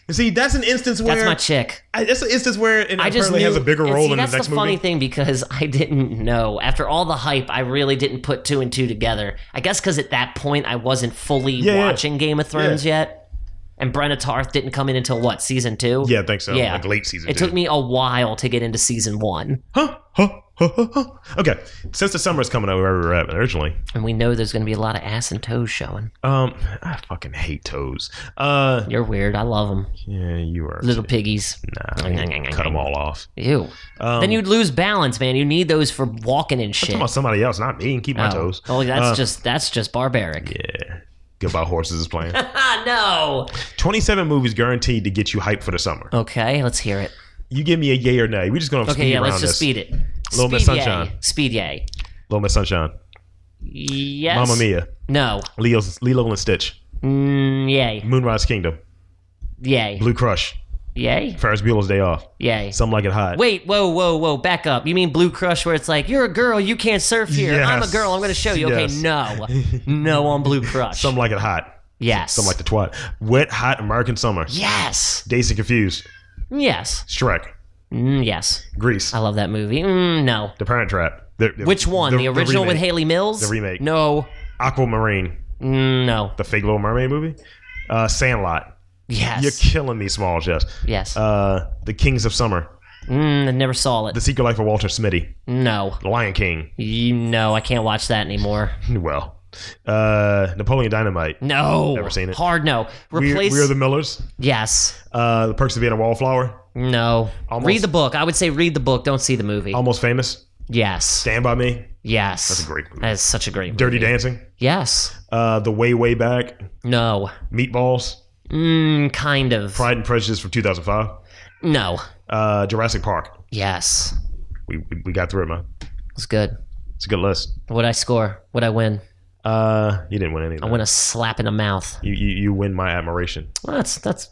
[SPEAKER 1] You See, that's an instance where
[SPEAKER 2] That's my chick.
[SPEAKER 1] I, that's an instance where it
[SPEAKER 2] I just
[SPEAKER 1] apparently
[SPEAKER 2] knew,
[SPEAKER 1] has a bigger
[SPEAKER 2] and
[SPEAKER 1] role
[SPEAKER 2] see,
[SPEAKER 1] in the
[SPEAKER 2] that's
[SPEAKER 1] next
[SPEAKER 2] the funny
[SPEAKER 1] movie.
[SPEAKER 2] thing because I didn't know. After all the hype, I really didn't put two and two together. I guess because at that point I wasn't fully
[SPEAKER 1] yeah.
[SPEAKER 2] watching Game of Thrones yet, and Brenna Tarth didn't come in until what season two?
[SPEAKER 1] Yeah, I think so.
[SPEAKER 2] Yeah.
[SPEAKER 1] Like late season.
[SPEAKER 2] It
[SPEAKER 1] two.
[SPEAKER 2] took me a while to get into season one,
[SPEAKER 1] Huh, huh, huh, huh, huh. Okay, since the summer's coming up wherever we were at originally,
[SPEAKER 2] and we know there's going to be a lot of ass and toes showing.
[SPEAKER 1] um, I fucking hate toes. Uh,
[SPEAKER 2] You're weird. I love them,
[SPEAKER 1] yeah, you are.
[SPEAKER 2] little piggies.
[SPEAKER 1] Nah, cut them all off.
[SPEAKER 2] Ew.
[SPEAKER 1] Um,
[SPEAKER 2] then you'd lose balance, man. You need those for walking and shit.
[SPEAKER 1] Talking about somebody else, not me. Keep my
[SPEAKER 2] Oh.
[SPEAKER 1] toes. Uh,
[SPEAKER 2] Oh, that's just that's just barbaric.
[SPEAKER 1] Yeah. Goodbye Horses is playing.
[SPEAKER 2] Ah, no.
[SPEAKER 1] 27 movies guaranteed to get you hyped for the summer.
[SPEAKER 2] Okay, let's hear it.
[SPEAKER 1] You give me a yay or nay. We're just going to
[SPEAKER 2] Okay,
[SPEAKER 1] speed
[SPEAKER 2] yeah,
[SPEAKER 1] around
[SPEAKER 2] let's just
[SPEAKER 1] this.
[SPEAKER 2] speed it.
[SPEAKER 1] Little
[SPEAKER 2] speed
[SPEAKER 1] Miss
[SPEAKER 2] yay.
[SPEAKER 1] Sunshine.
[SPEAKER 2] Speed yay.
[SPEAKER 1] Little Miss Sunshine,
[SPEAKER 2] Yes.
[SPEAKER 1] Mamma Mia,
[SPEAKER 2] No.
[SPEAKER 1] Leo's, Lilo and Stitch,
[SPEAKER 2] Mm, yay.
[SPEAKER 1] Moonrise Kingdom,
[SPEAKER 2] Yay.
[SPEAKER 1] Blue Crush,
[SPEAKER 2] Yay.
[SPEAKER 1] Ferris Bueller's Day Off,
[SPEAKER 2] Yay.
[SPEAKER 1] Something Like It Hot.
[SPEAKER 2] Wait, whoa, whoa, whoa, back up. You mean Blue Crush, where it's like, you're a girl, you can't surf here. I'm a
[SPEAKER 1] Yes.
[SPEAKER 2] girl, I'm going to show you. Okay,
[SPEAKER 1] Yes.
[SPEAKER 2] no. No on Blue Crush.
[SPEAKER 1] Something Like It Hot.
[SPEAKER 2] yes.
[SPEAKER 1] Something like the twat. Wet Hot American Summer.
[SPEAKER 2] yes.
[SPEAKER 1] Daisy Confused.
[SPEAKER 2] Yes.
[SPEAKER 1] Shrek.
[SPEAKER 2] Mm, yes.
[SPEAKER 1] Grease.
[SPEAKER 2] I love that movie. Mm, no.
[SPEAKER 1] the Parent Trap. The- the-
[SPEAKER 2] Which one? The, original with
[SPEAKER 1] remake.
[SPEAKER 2] Haley Mills?
[SPEAKER 1] The remake.
[SPEAKER 2] No.
[SPEAKER 1] Aquamarine.
[SPEAKER 2] Mm, no.
[SPEAKER 1] The fake Little Mermaid movie. Uh, Sandlot.
[SPEAKER 2] Yes.
[SPEAKER 1] You're killing me, small Jess.
[SPEAKER 2] yes.
[SPEAKER 1] Uh, the Kings of Summer.
[SPEAKER 2] mm, I never saw it.
[SPEAKER 1] The Secret Life of Walter Smitty.
[SPEAKER 2] no.
[SPEAKER 1] The Lion King.
[SPEAKER 2] You know, I can't watch that anymore.
[SPEAKER 1] Well. Uh, Napoleon Dynamite.
[SPEAKER 2] No.
[SPEAKER 1] Never seen it.
[SPEAKER 2] Hard no.
[SPEAKER 1] We,
[SPEAKER 2] Replace.
[SPEAKER 1] we are the Millers.
[SPEAKER 2] yes.
[SPEAKER 1] Uh, the Perks of Being a Wallflower.
[SPEAKER 2] No.
[SPEAKER 1] Almost-
[SPEAKER 2] Read the book. I would say read the book. Don't see the movie.
[SPEAKER 1] Almost Famous.
[SPEAKER 2] yes.
[SPEAKER 1] Stand by Me.
[SPEAKER 2] Yes. That's
[SPEAKER 1] a great movie.
[SPEAKER 2] That is such a great movie.
[SPEAKER 1] Dirty Dancing.
[SPEAKER 2] Yes.
[SPEAKER 1] Uh, the Way Way Back.
[SPEAKER 2] No.
[SPEAKER 1] Meatballs.
[SPEAKER 2] Mm, kind of.
[SPEAKER 1] Pride and Prejudice from 2005.
[SPEAKER 2] no.
[SPEAKER 1] Uh, Jurassic Park.
[SPEAKER 2] Yes.
[SPEAKER 1] We, we, we got through it, man.
[SPEAKER 2] It's good.
[SPEAKER 1] It's a good list.
[SPEAKER 2] What'd I score? What'd I win?
[SPEAKER 1] Uh, you didn't win any. Of
[SPEAKER 2] I
[SPEAKER 1] that.
[SPEAKER 2] win a slap in the mouth.
[SPEAKER 1] You, you you win my admiration.
[SPEAKER 2] Well, that's that's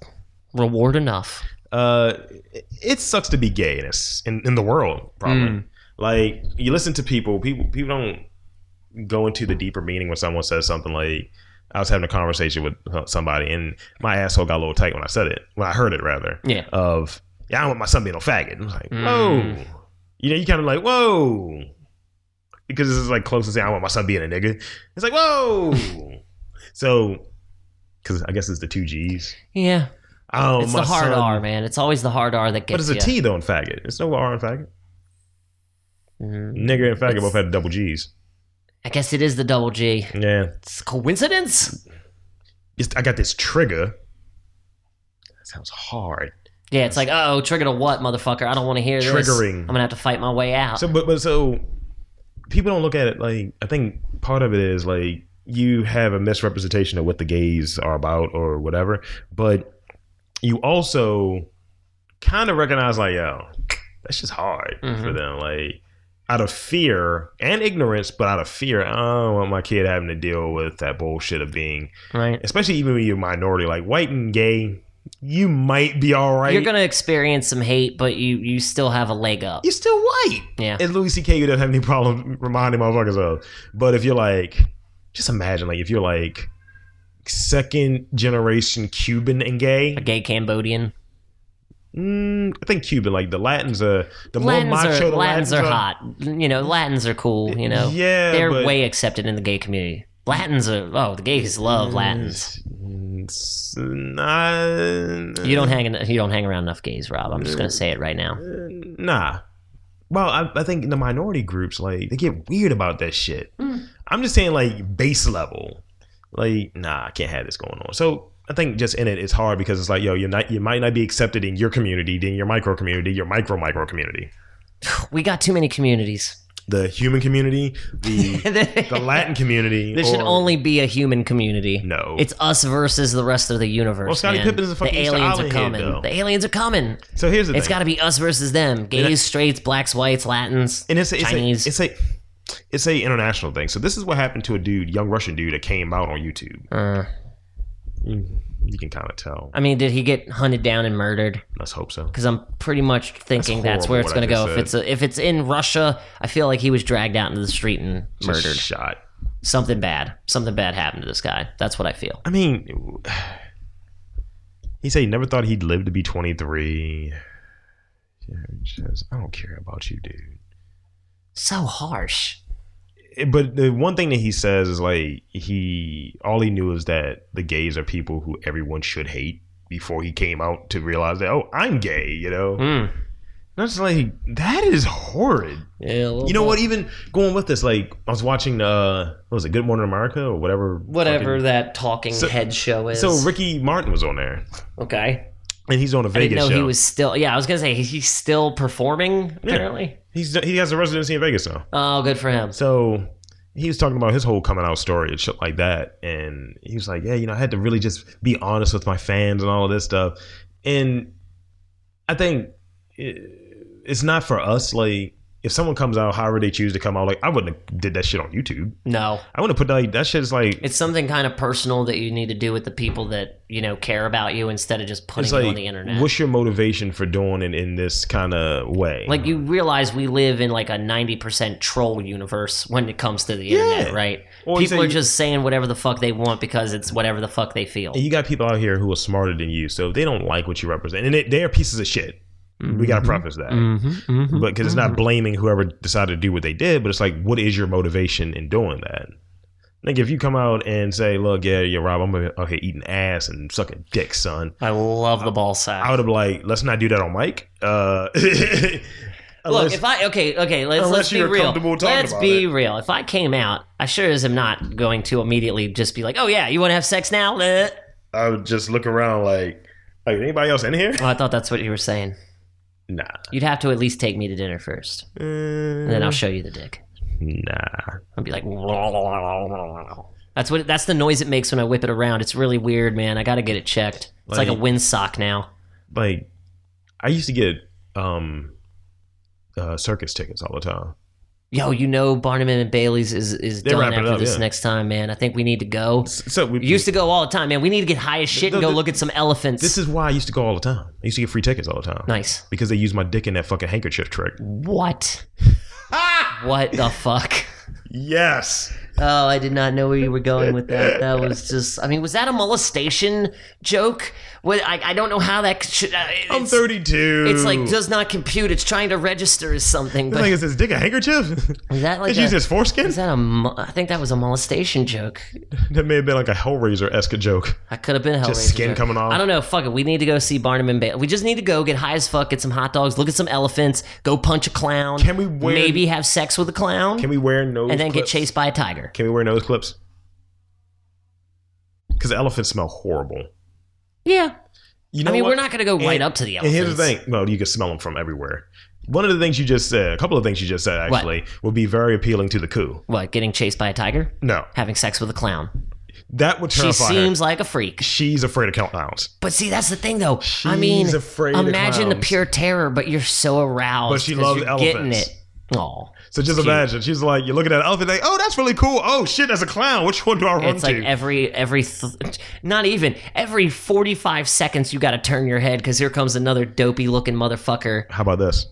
[SPEAKER 2] reward enough.
[SPEAKER 1] Uh, it, it sucks to be gay in this in, in the world. Probably
[SPEAKER 2] Mm.
[SPEAKER 1] like you listen to people. People people don't go into the deeper meaning when someone says something like. I was having a conversation with somebody, and my asshole got a little tight when I said it. When I heard it, rather.
[SPEAKER 2] Yeah.
[SPEAKER 1] Of yeah, I don't want my son being a faggot. I'm like,
[SPEAKER 2] Mm.
[SPEAKER 1] whoa. You know, you kind of like whoa, because this is like close to saying I want my son being a nigga. It's like whoa. so, because I guess it's the two G's.
[SPEAKER 2] Yeah.
[SPEAKER 1] Oh,
[SPEAKER 2] It's
[SPEAKER 1] my
[SPEAKER 2] the hard
[SPEAKER 1] son-
[SPEAKER 2] R, man. It's always the hard R that gets
[SPEAKER 1] But it's a
[SPEAKER 2] ya.
[SPEAKER 1] T though in faggot. It's no R in faggot.
[SPEAKER 2] Mm.
[SPEAKER 1] Nigger and faggot
[SPEAKER 2] It's-
[SPEAKER 1] both had double G's.
[SPEAKER 2] I guess it is the double G.
[SPEAKER 1] Yeah,
[SPEAKER 2] It's a coincidence.
[SPEAKER 1] It's- I got this trigger. That sounds hard.
[SPEAKER 2] Yeah, it's like, oh, trigger to what, motherfucker? I don't want to hear this.
[SPEAKER 1] Triggering.
[SPEAKER 2] I'm gonna have to fight my way out.
[SPEAKER 1] So, but but so people don't look at it like I think part of it is like you have a misrepresentation of what the gays are about or whatever, but you also kind of recognize like yo, that's just hard for
[SPEAKER 2] Mhm.
[SPEAKER 1] them, like out of fear and ignorance, but out of fear, I don't want my kid having to deal with that bullshit of being,
[SPEAKER 2] right.
[SPEAKER 1] especially even when you're a minority, like white and gay, you might be all right.
[SPEAKER 2] You're gonna experience some hate, but you you still have a leg up.
[SPEAKER 1] you're still white.
[SPEAKER 2] Yeah.
[SPEAKER 1] And Louis C.K. you don't have any problem reminding motherfuckers of. But if you're like, just imagine like if you're like second generation Cuban and gay.
[SPEAKER 2] A gay Cambodian.
[SPEAKER 1] Mm, I think Cuban, like the Latins are the
[SPEAKER 2] Latins
[SPEAKER 1] more
[SPEAKER 2] are,
[SPEAKER 1] macho the
[SPEAKER 2] Latins are hot. You know, Latins are cool. You know,
[SPEAKER 1] Yeah,
[SPEAKER 2] they're
[SPEAKER 1] but-
[SPEAKER 2] way accepted in the gay community. Latins are oh, the gays love
[SPEAKER 1] Mm,
[SPEAKER 2] Latins.
[SPEAKER 1] It's not,
[SPEAKER 2] You don't hang en- you don't hang around enough gays, Rob. I'm just gonna say it right now.
[SPEAKER 1] Nah. Well, I, I think the minority groups like they get weird about that shit.
[SPEAKER 2] Mm.
[SPEAKER 1] I'm just saying like base level, like nah, I can't have this going on. So I think just in it, it's hard because it's like yo, you're not, you might not be accepted in your community, in your micro community, your micro micro community,
[SPEAKER 2] We got too many communities.
[SPEAKER 1] the human community, the the
[SPEAKER 2] there
[SPEAKER 1] Latin community.
[SPEAKER 2] should
[SPEAKER 1] or-
[SPEAKER 2] only be a human community.
[SPEAKER 1] no.
[SPEAKER 2] It's us versus the rest of the universe.
[SPEAKER 1] Well, Scottie
[SPEAKER 2] man.
[SPEAKER 1] Pippen's a fucking
[SPEAKER 2] the aliens are
[SPEAKER 1] Australian
[SPEAKER 2] coming.
[SPEAKER 1] though.
[SPEAKER 2] the aliens are coming.
[SPEAKER 1] so here's the
[SPEAKER 2] It's
[SPEAKER 1] thing.
[SPEAKER 2] got to be us versus them. Gays, straits, blacks, whites, Latins,
[SPEAKER 1] and it's a, it's
[SPEAKER 2] Chinese.
[SPEAKER 1] A, it's a it's a international thing. So this is what happened to a dude, young Russian dude that came out on YouTube.
[SPEAKER 2] Uh,
[SPEAKER 1] You can kind of tell.
[SPEAKER 2] I mean, did he get hunted down and murdered?
[SPEAKER 1] Let's hope so.
[SPEAKER 2] Because I'm pretty much thinking that's,
[SPEAKER 1] horrible
[SPEAKER 2] where it's
[SPEAKER 1] what I
[SPEAKER 2] going to
[SPEAKER 1] just
[SPEAKER 2] go. If it's a, if it's in Russia, I feel like he was dragged out into the street and
[SPEAKER 1] Just
[SPEAKER 2] murdered.
[SPEAKER 1] shot.
[SPEAKER 2] Something bad. Something bad happened to this guy. That's what I feel.
[SPEAKER 1] I mean, he said he never thought he'd live to be 23. Yeah, just- I don't care about you, dude.
[SPEAKER 2] So harsh.
[SPEAKER 1] It- But the one thing that he says is like he all he knew is that the gays are people who everyone should hate before he came out to realize that oh I'm gay, you know.
[SPEAKER 2] Mm.
[SPEAKER 1] And I was like that is horrid.
[SPEAKER 2] Yeah,
[SPEAKER 1] You know
[SPEAKER 2] Uh-huh.
[SPEAKER 1] what? Even going with this, like I was watching uh what was it Good Morning America or whatever.
[SPEAKER 2] Whatever
[SPEAKER 1] fucking-
[SPEAKER 2] that talking
[SPEAKER 1] So-
[SPEAKER 2] head show is.
[SPEAKER 1] So Ricky Martin was on there,
[SPEAKER 2] okay.
[SPEAKER 1] and he's on a
[SPEAKER 2] I didn't
[SPEAKER 1] Vegas
[SPEAKER 2] know
[SPEAKER 1] show.
[SPEAKER 2] he was still. Yeah, I was gonna say he's still performing. Apparently.
[SPEAKER 1] He's he has a residency in Vegas now.
[SPEAKER 2] Oh, good for him.
[SPEAKER 1] So he was talking about his whole coming out story and shit like that. And he was like, Yeah, you know, I had to really just be honest with my fans and all of this stuff. And I think it, it's not for us. Like, if someone comes out however they choose to come out, like I wouldn't have did that shit on YouTube.
[SPEAKER 2] No.
[SPEAKER 1] I wouldn't have put like that shit is like
[SPEAKER 2] It's something kind of personal that you need to do with the people that, you know, care about you instead of just putting
[SPEAKER 1] it's
[SPEAKER 2] it
[SPEAKER 1] like
[SPEAKER 2] on the internet.
[SPEAKER 1] what's your motivation for doing it in this kind of way?
[SPEAKER 2] like you realize we live in like a 90% troll universe when it comes to the internet, right?
[SPEAKER 1] Or you
[SPEAKER 2] people
[SPEAKER 1] say-
[SPEAKER 2] are just saying whatever the fuck they want because it's whatever the fuck they feel.
[SPEAKER 1] And you got people out here who are smarter than you, so if they don't like what you represent, and they, they are pieces of shit. We got to preface that, but because it's not blaming whoever decided to do what they did, but it's like, what is your motivation in doing that? Like, if you come out and say, "Look, yeah, yeah, Rob, I'm out here eating ass and sucking dick, son,"
[SPEAKER 2] I love the ball
[SPEAKER 1] I
[SPEAKER 2] sack.
[SPEAKER 1] would have like, let's not do that on mic. Uh,
[SPEAKER 2] Look,
[SPEAKER 1] unless-
[SPEAKER 2] if I okay, okay, let's
[SPEAKER 1] Unless
[SPEAKER 2] let's be
[SPEAKER 1] you're
[SPEAKER 2] real.
[SPEAKER 1] comfortable talking
[SPEAKER 2] Let's
[SPEAKER 1] about
[SPEAKER 2] be
[SPEAKER 1] it.
[SPEAKER 2] real. If I came out, I sure as am not going to immediately just be like, "Oh yeah, you want to have sex now?" Eh.
[SPEAKER 1] I would just look around like, like anybody else in here?
[SPEAKER 2] Oh, I thought that's what you were saying.
[SPEAKER 1] Nah,
[SPEAKER 2] You'd have to at least take me to dinner first, and
[SPEAKER 1] Uh,
[SPEAKER 2] then I'll show you the dick.
[SPEAKER 1] nah.
[SPEAKER 2] I'll be like, that's what that's the noise it makes when I whip it around. It's really weird, man. I got to get it checked. It's like, a
[SPEAKER 1] Like-
[SPEAKER 2] windsock now.
[SPEAKER 1] Like, I used to get um, uh, circus tickets all the time.
[SPEAKER 2] Yo, you know Barnum and Bailey's is is
[SPEAKER 1] They're
[SPEAKER 2] done
[SPEAKER 1] wrapping
[SPEAKER 2] after
[SPEAKER 1] up,
[SPEAKER 2] this
[SPEAKER 1] yeah.
[SPEAKER 2] next time, man. I think we need to go.
[SPEAKER 1] So we
[SPEAKER 2] We used to go all the time, man. We need to get high as shit
[SPEAKER 1] No,
[SPEAKER 2] and go
[SPEAKER 1] th-
[SPEAKER 2] look at some elephants.
[SPEAKER 1] This is why I used to go all the time. I used to get free tickets all the time.
[SPEAKER 2] nice.
[SPEAKER 1] Because they used my dick in that fucking handkerchief trick.
[SPEAKER 2] What? What the fuck?
[SPEAKER 1] Yes.
[SPEAKER 2] Oh, I did not know where you were going with that. That was just. I mean, was that a molestation joke? What? I, I don't know how that. Should, uh,
[SPEAKER 1] I'm
[SPEAKER 2] it's-
[SPEAKER 1] 32.
[SPEAKER 2] It's like does not compute. It's trying to register as something.
[SPEAKER 1] It's
[SPEAKER 2] But
[SPEAKER 1] like, is his dick a handkerchief?
[SPEAKER 2] is that like
[SPEAKER 1] Did
[SPEAKER 2] a,
[SPEAKER 1] you use his
[SPEAKER 2] is
[SPEAKER 1] foreskin?
[SPEAKER 2] that a? mo- I think that was a molestation joke.
[SPEAKER 1] That may have been like a Hellraiser esque joke.
[SPEAKER 2] I could have been Hellraiser.
[SPEAKER 1] skin
[SPEAKER 2] joke.
[SPEAKER 1] coming off.
[SPEAKER 2] I don't know. Fuck it. We need to go see Barnum and Bailey. We just need to go get high as fuck, get some hot dogs, look at some elephants, go punch a clown.
[SPEAKER 1] Can we wear-
[SPEAKER 2] maybe have sex with a clown
[SPEAKER 1] Can we wear nose
[SPEAKER 2] and then
[SPEAKER 1] clips?
[SPEAKER 2] get chased by a tiger?
[SPEAKER 1] Can we wear nose clips? Because elephants smell horrible.
[SPEAKER 2] Yeah.
[SPEAKER 1] You know
[SPEAKER 2] I mean,
[SPEAKER 1] what?
[SPEAKER 2] we're not going to go right
[SPEAKER 1] And-
[SPEAKER 2] up to the
[SPEAKER 1] And
[SPEAKER 2] elephants.
[SPEAKER 1] here's the thing. Well, you can smell them from everywhere. One of the things you just said, a couple of things you just said,
[SPEAKER 2] What?
[SPEAKER 1] actually, would be very appealing to the coup.
[SPEAKER 2] What? Getting chased by a tiger?
[SPEAKER 1] No,
[SPEAKER 2] Having sex with a clown?
[SPEAKER 1] that would
[SPEAKER 2] She
[SPEAKER 1] terrify her.
[SPEAKER 2] seems like a freak.
[SPEAKER 1] She's afraid of clowns.
[SPEAKER 2] But see, that's the thing, though. I mean,
[SPEAKER 1] She's afraid of
[SPEAKER 2] imagine the
[SPEAKER 1] clowns.
[SPEAKER 2] pure terror, but you're so aroused.
[SPEAKER 1] But she
[SPEAKER 2] 'cause
[SPEAKER 1] loves
[SPEAKER 2] you're
[SPEAKER 1] elephants.
[SPEAKER 2] Getting it. Oh,
[SPEAKER 1] So just imagine, she's like, you're looking at an elephant, like, oh, that's really cool. Oh shit, that's a clown. Which one do I run
[SPEAKER 2] it's like
[SPEAKER 1] to?
[SPEAKER 2] every every, th- not even every forty five seconds you got to turn your head because here comes another dopey looking motherfucker.
[SPEAKER 1] How about this?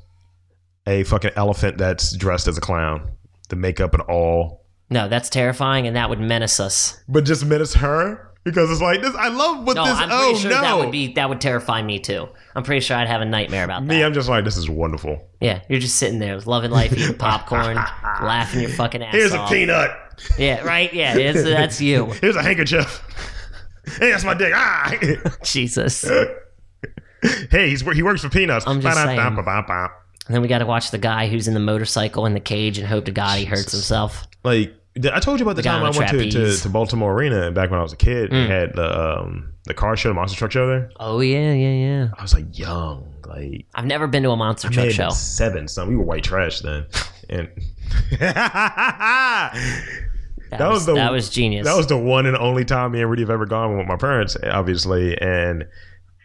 [SPEAKER 1] A fucking elephant that's dressed as a clown, the makeup and all,
[SPEAKER 2] No, that's terrifying, and that would menace us.
[SPEAKER 1] but just menace her because it's like this. I love what
[SPEAKER 2] No,
[SPEAKER 1] this.
[SPEAKER 2] I'm
[SPEAKER 1] oh
[SPEAKER 2] pretty sure
[SPEAKER 1] no,
[SPEAKER 2] that would be that would terrify me too. I'm pretty sure I'd have a nightmare about that.
[SPEAKER 1] me. I'm just like, this is wonderful.
[SPEAKER 2] Yeah, you're just sitting there loving life, eating popcorn, laughing your fucking ass
[SPEAKER 1] Here's
[SPEAKER 2] off.
[SPEAKER 1] a peanut.
[SPEAKER 2] Yeah, right. Yeah, it's, that's you.
[SPEAKER 1] Here's a handkerchief. hey, that's my dick. Ah.
[SPEAKER 2] Jesus.
[SPEAKER 1] hey, he's he works for peanuts.
[SPEAKER 2] I'm just saying.
[SPEAKER 1] Ba-da-ba-ba-ba.
[SPEAKER 2] And then we got to watch the guy who's in the motorcycle in the cage and hope to God he hurts himself.
[SPEAKER 1] like th- I told you about the
[SPEAKER 2] guy
[SPEAKER 1] time I
[SPEAKER 2] on the
[SPEAKER 1] went to, to,
[SPEAKER 2] trapeze. Mm.
[SPEAKER 1] to Baltimore Arena back when I was a kid. They had the um, the car show, the monster truck show there.
[SPEAKER 2] Oh yeah, yeah, yeah.
[SPEAKER 1] I was like young, like
[SPEAKER 2] I've never been to a monster truck
[SPEAKER 1] maybe
[SPEAKER 2] show.
[SPEAKER 1] seven. Son, we were white trash then, and that
[SPEAKER 2] That,
[SPEAKER 1] was
[SPEAKER 2] was,
[SPEAKER 1] the-
[SPEAKER 2] that was genius.
[SPEAKER 1] was the one and only time me and Rudy have ever gone with my parents, obviously, and.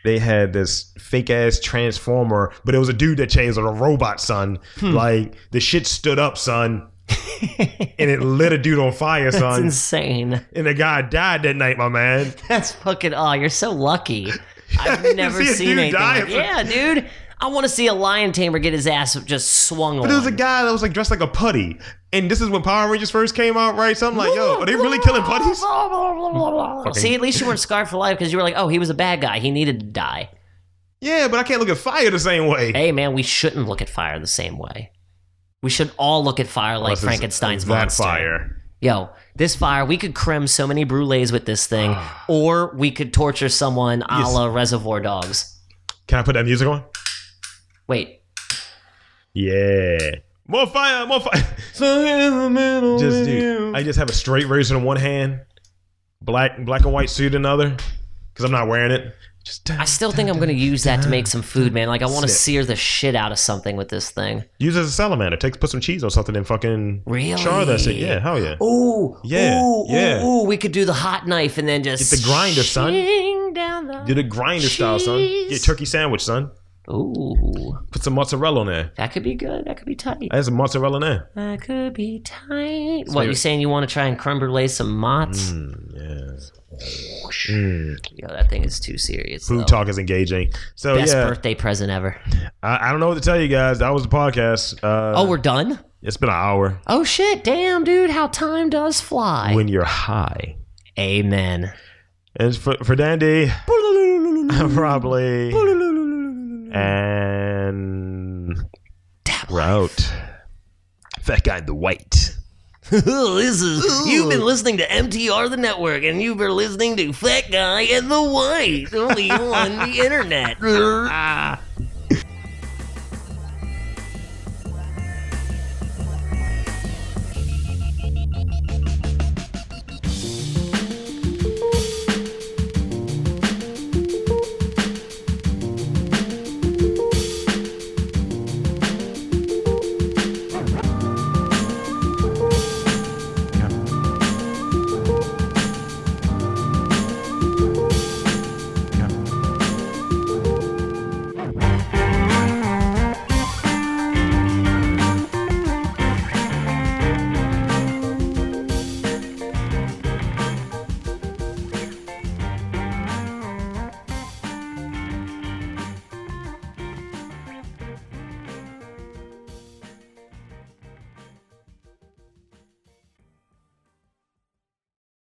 [SPEAKER 1] They had this fake ass transformer, but it was a dude that changed on a robot, son.
[SPEAKER 2] Hmm.
[SPEAKER 1] Like the shit stood up, son, and it lit a dude on fire,
[SPEAKER 2] That's
[SPEAKER 1] son.
[SPEAKER 2] insane.
[SPEAKER 1] and the guy died that night, my man.
[SPEAKER 2] That's fucking. Oh, you're so lucky. I've never
[SPEAKER 1] see a
[SPEAKER 2] seen
[SPEAKER 1] dude
[SPEAKER 2] anything.
[SPEAKER 1] die
[SPEAKER 2] Like,
[SPEAKER 1] for-
[SPEAKER 2] yeah, dude. I want to see a lion tamer get his ass just swung
[SPEAKER 1] But it was a
[SPEAKER 2] on.
[SPEAKER 1] guy that was like dressed like a putty, and this is when Power Rangers first came out, right? So I'm like, yo, are they really killing putties?
[SPEAKER 2] See, at least you weren't scarred for life because you were like, oh, he was a bad guy. He needed to die.
[SPEAKER 1] Yeah, but I can't look at fire the same way.
[SPEAKER 2] Hey, man, we shouldn't look at fire the same way. We should all look at fire like
[SPEAKER 1] Unless it's
[SPEAKER 2] Frankenstein's
[SPEAKER 1] that
[SPEAKER 2] monster.
[SPEAKER 1] fire.
[SPEAKER 2] Yo, this fire, we could creme so many brulees with this thing, or we could torture someone a
[SPEAKER 1] Ah. Yes.
[SPEAKER 2] la Reservoir Dogs.
[SPEAKER 1] Can I put that music on?
[SPEAKER 2] Wait,
[SPEAKER 1] Yeah. More fire, more fire. just dude, I just have a straight razor in one hand, black black and white suit in another, because I'm not wearing it. Just
[SPEAKER 2] I still think I'm gonna use that to make some food, man. Like I want to
[SPEAKER 1] Sick.
[SPEAKER 2] sear the shit out of something with this thing.
[SPEAKER 1] use it as a salamander. Take put some cheese on something and fucking
[SPEAKER 2] Really?
[SPEAKER 1] char that shit. Yeah, hell yeah.
[SPEAKER 2] Ooh,
[SPEAKER 1] Yeah,
[SPEAKER 2] ooh,
[SPEAKER 1] yeah.
[SPEAKER 2] ooh, ooh, we could do the hot knife and then just
[SPEAKER 1] Get the grinder, son.
[SPEAKER 2] shing down the-
[SPEAKER 1] Did a grinder style, son. Get
[SPEAKER 2] Cheese.
[SPEAKER 1] a turkey sandwich, son.
[SPEAKER 2] Ooh,
[SPEAKER 1] Put some mozzarella on there.
[SPEAKER 2] that could be good. That could be tight.
[SPEAKER 1] Add some mozzarella in there.
[SPEAKER 2] That could be tight. what
[SPEAKER 1] maybe-
[SPEAKER 2] you saying? You want to try and creme brulee some mozz?
[SPEAKER 1] Mm, yeah. Mm.
[SPEAKER 2] Yo, that thing is too serious.
[SPEAKER 1] Food
[SPEAKER 2] though.
[SPEAKER 1] talk is engaging. So
[SPEAKER 2] Best
[SPEAKER 1] yeah, Uh.
[SPEAKER 2] birthday present ever.
[SPEAKER 1] I, I don't know what to tell you guys. That was the podcast. Uh,
[SPEAKER 2] oh, we're done.
[SPEAKER 1] it's been an hour.
[SPEAKER 2] Oh shit! Damn, dude, how time does fly.
[SPEAKER 1] when you're high,
[SPEAKER 2] Amen.
[SPEAKER 1] and for for Dandy, probably and
[SPEAKER 2] Dab
[SPEAKER 1] we're out. Fat guy in the white.
[SPEAKER 2] this is you've been listening to MTR the network, and you've been listening to Fat Guy and the White only on the internet.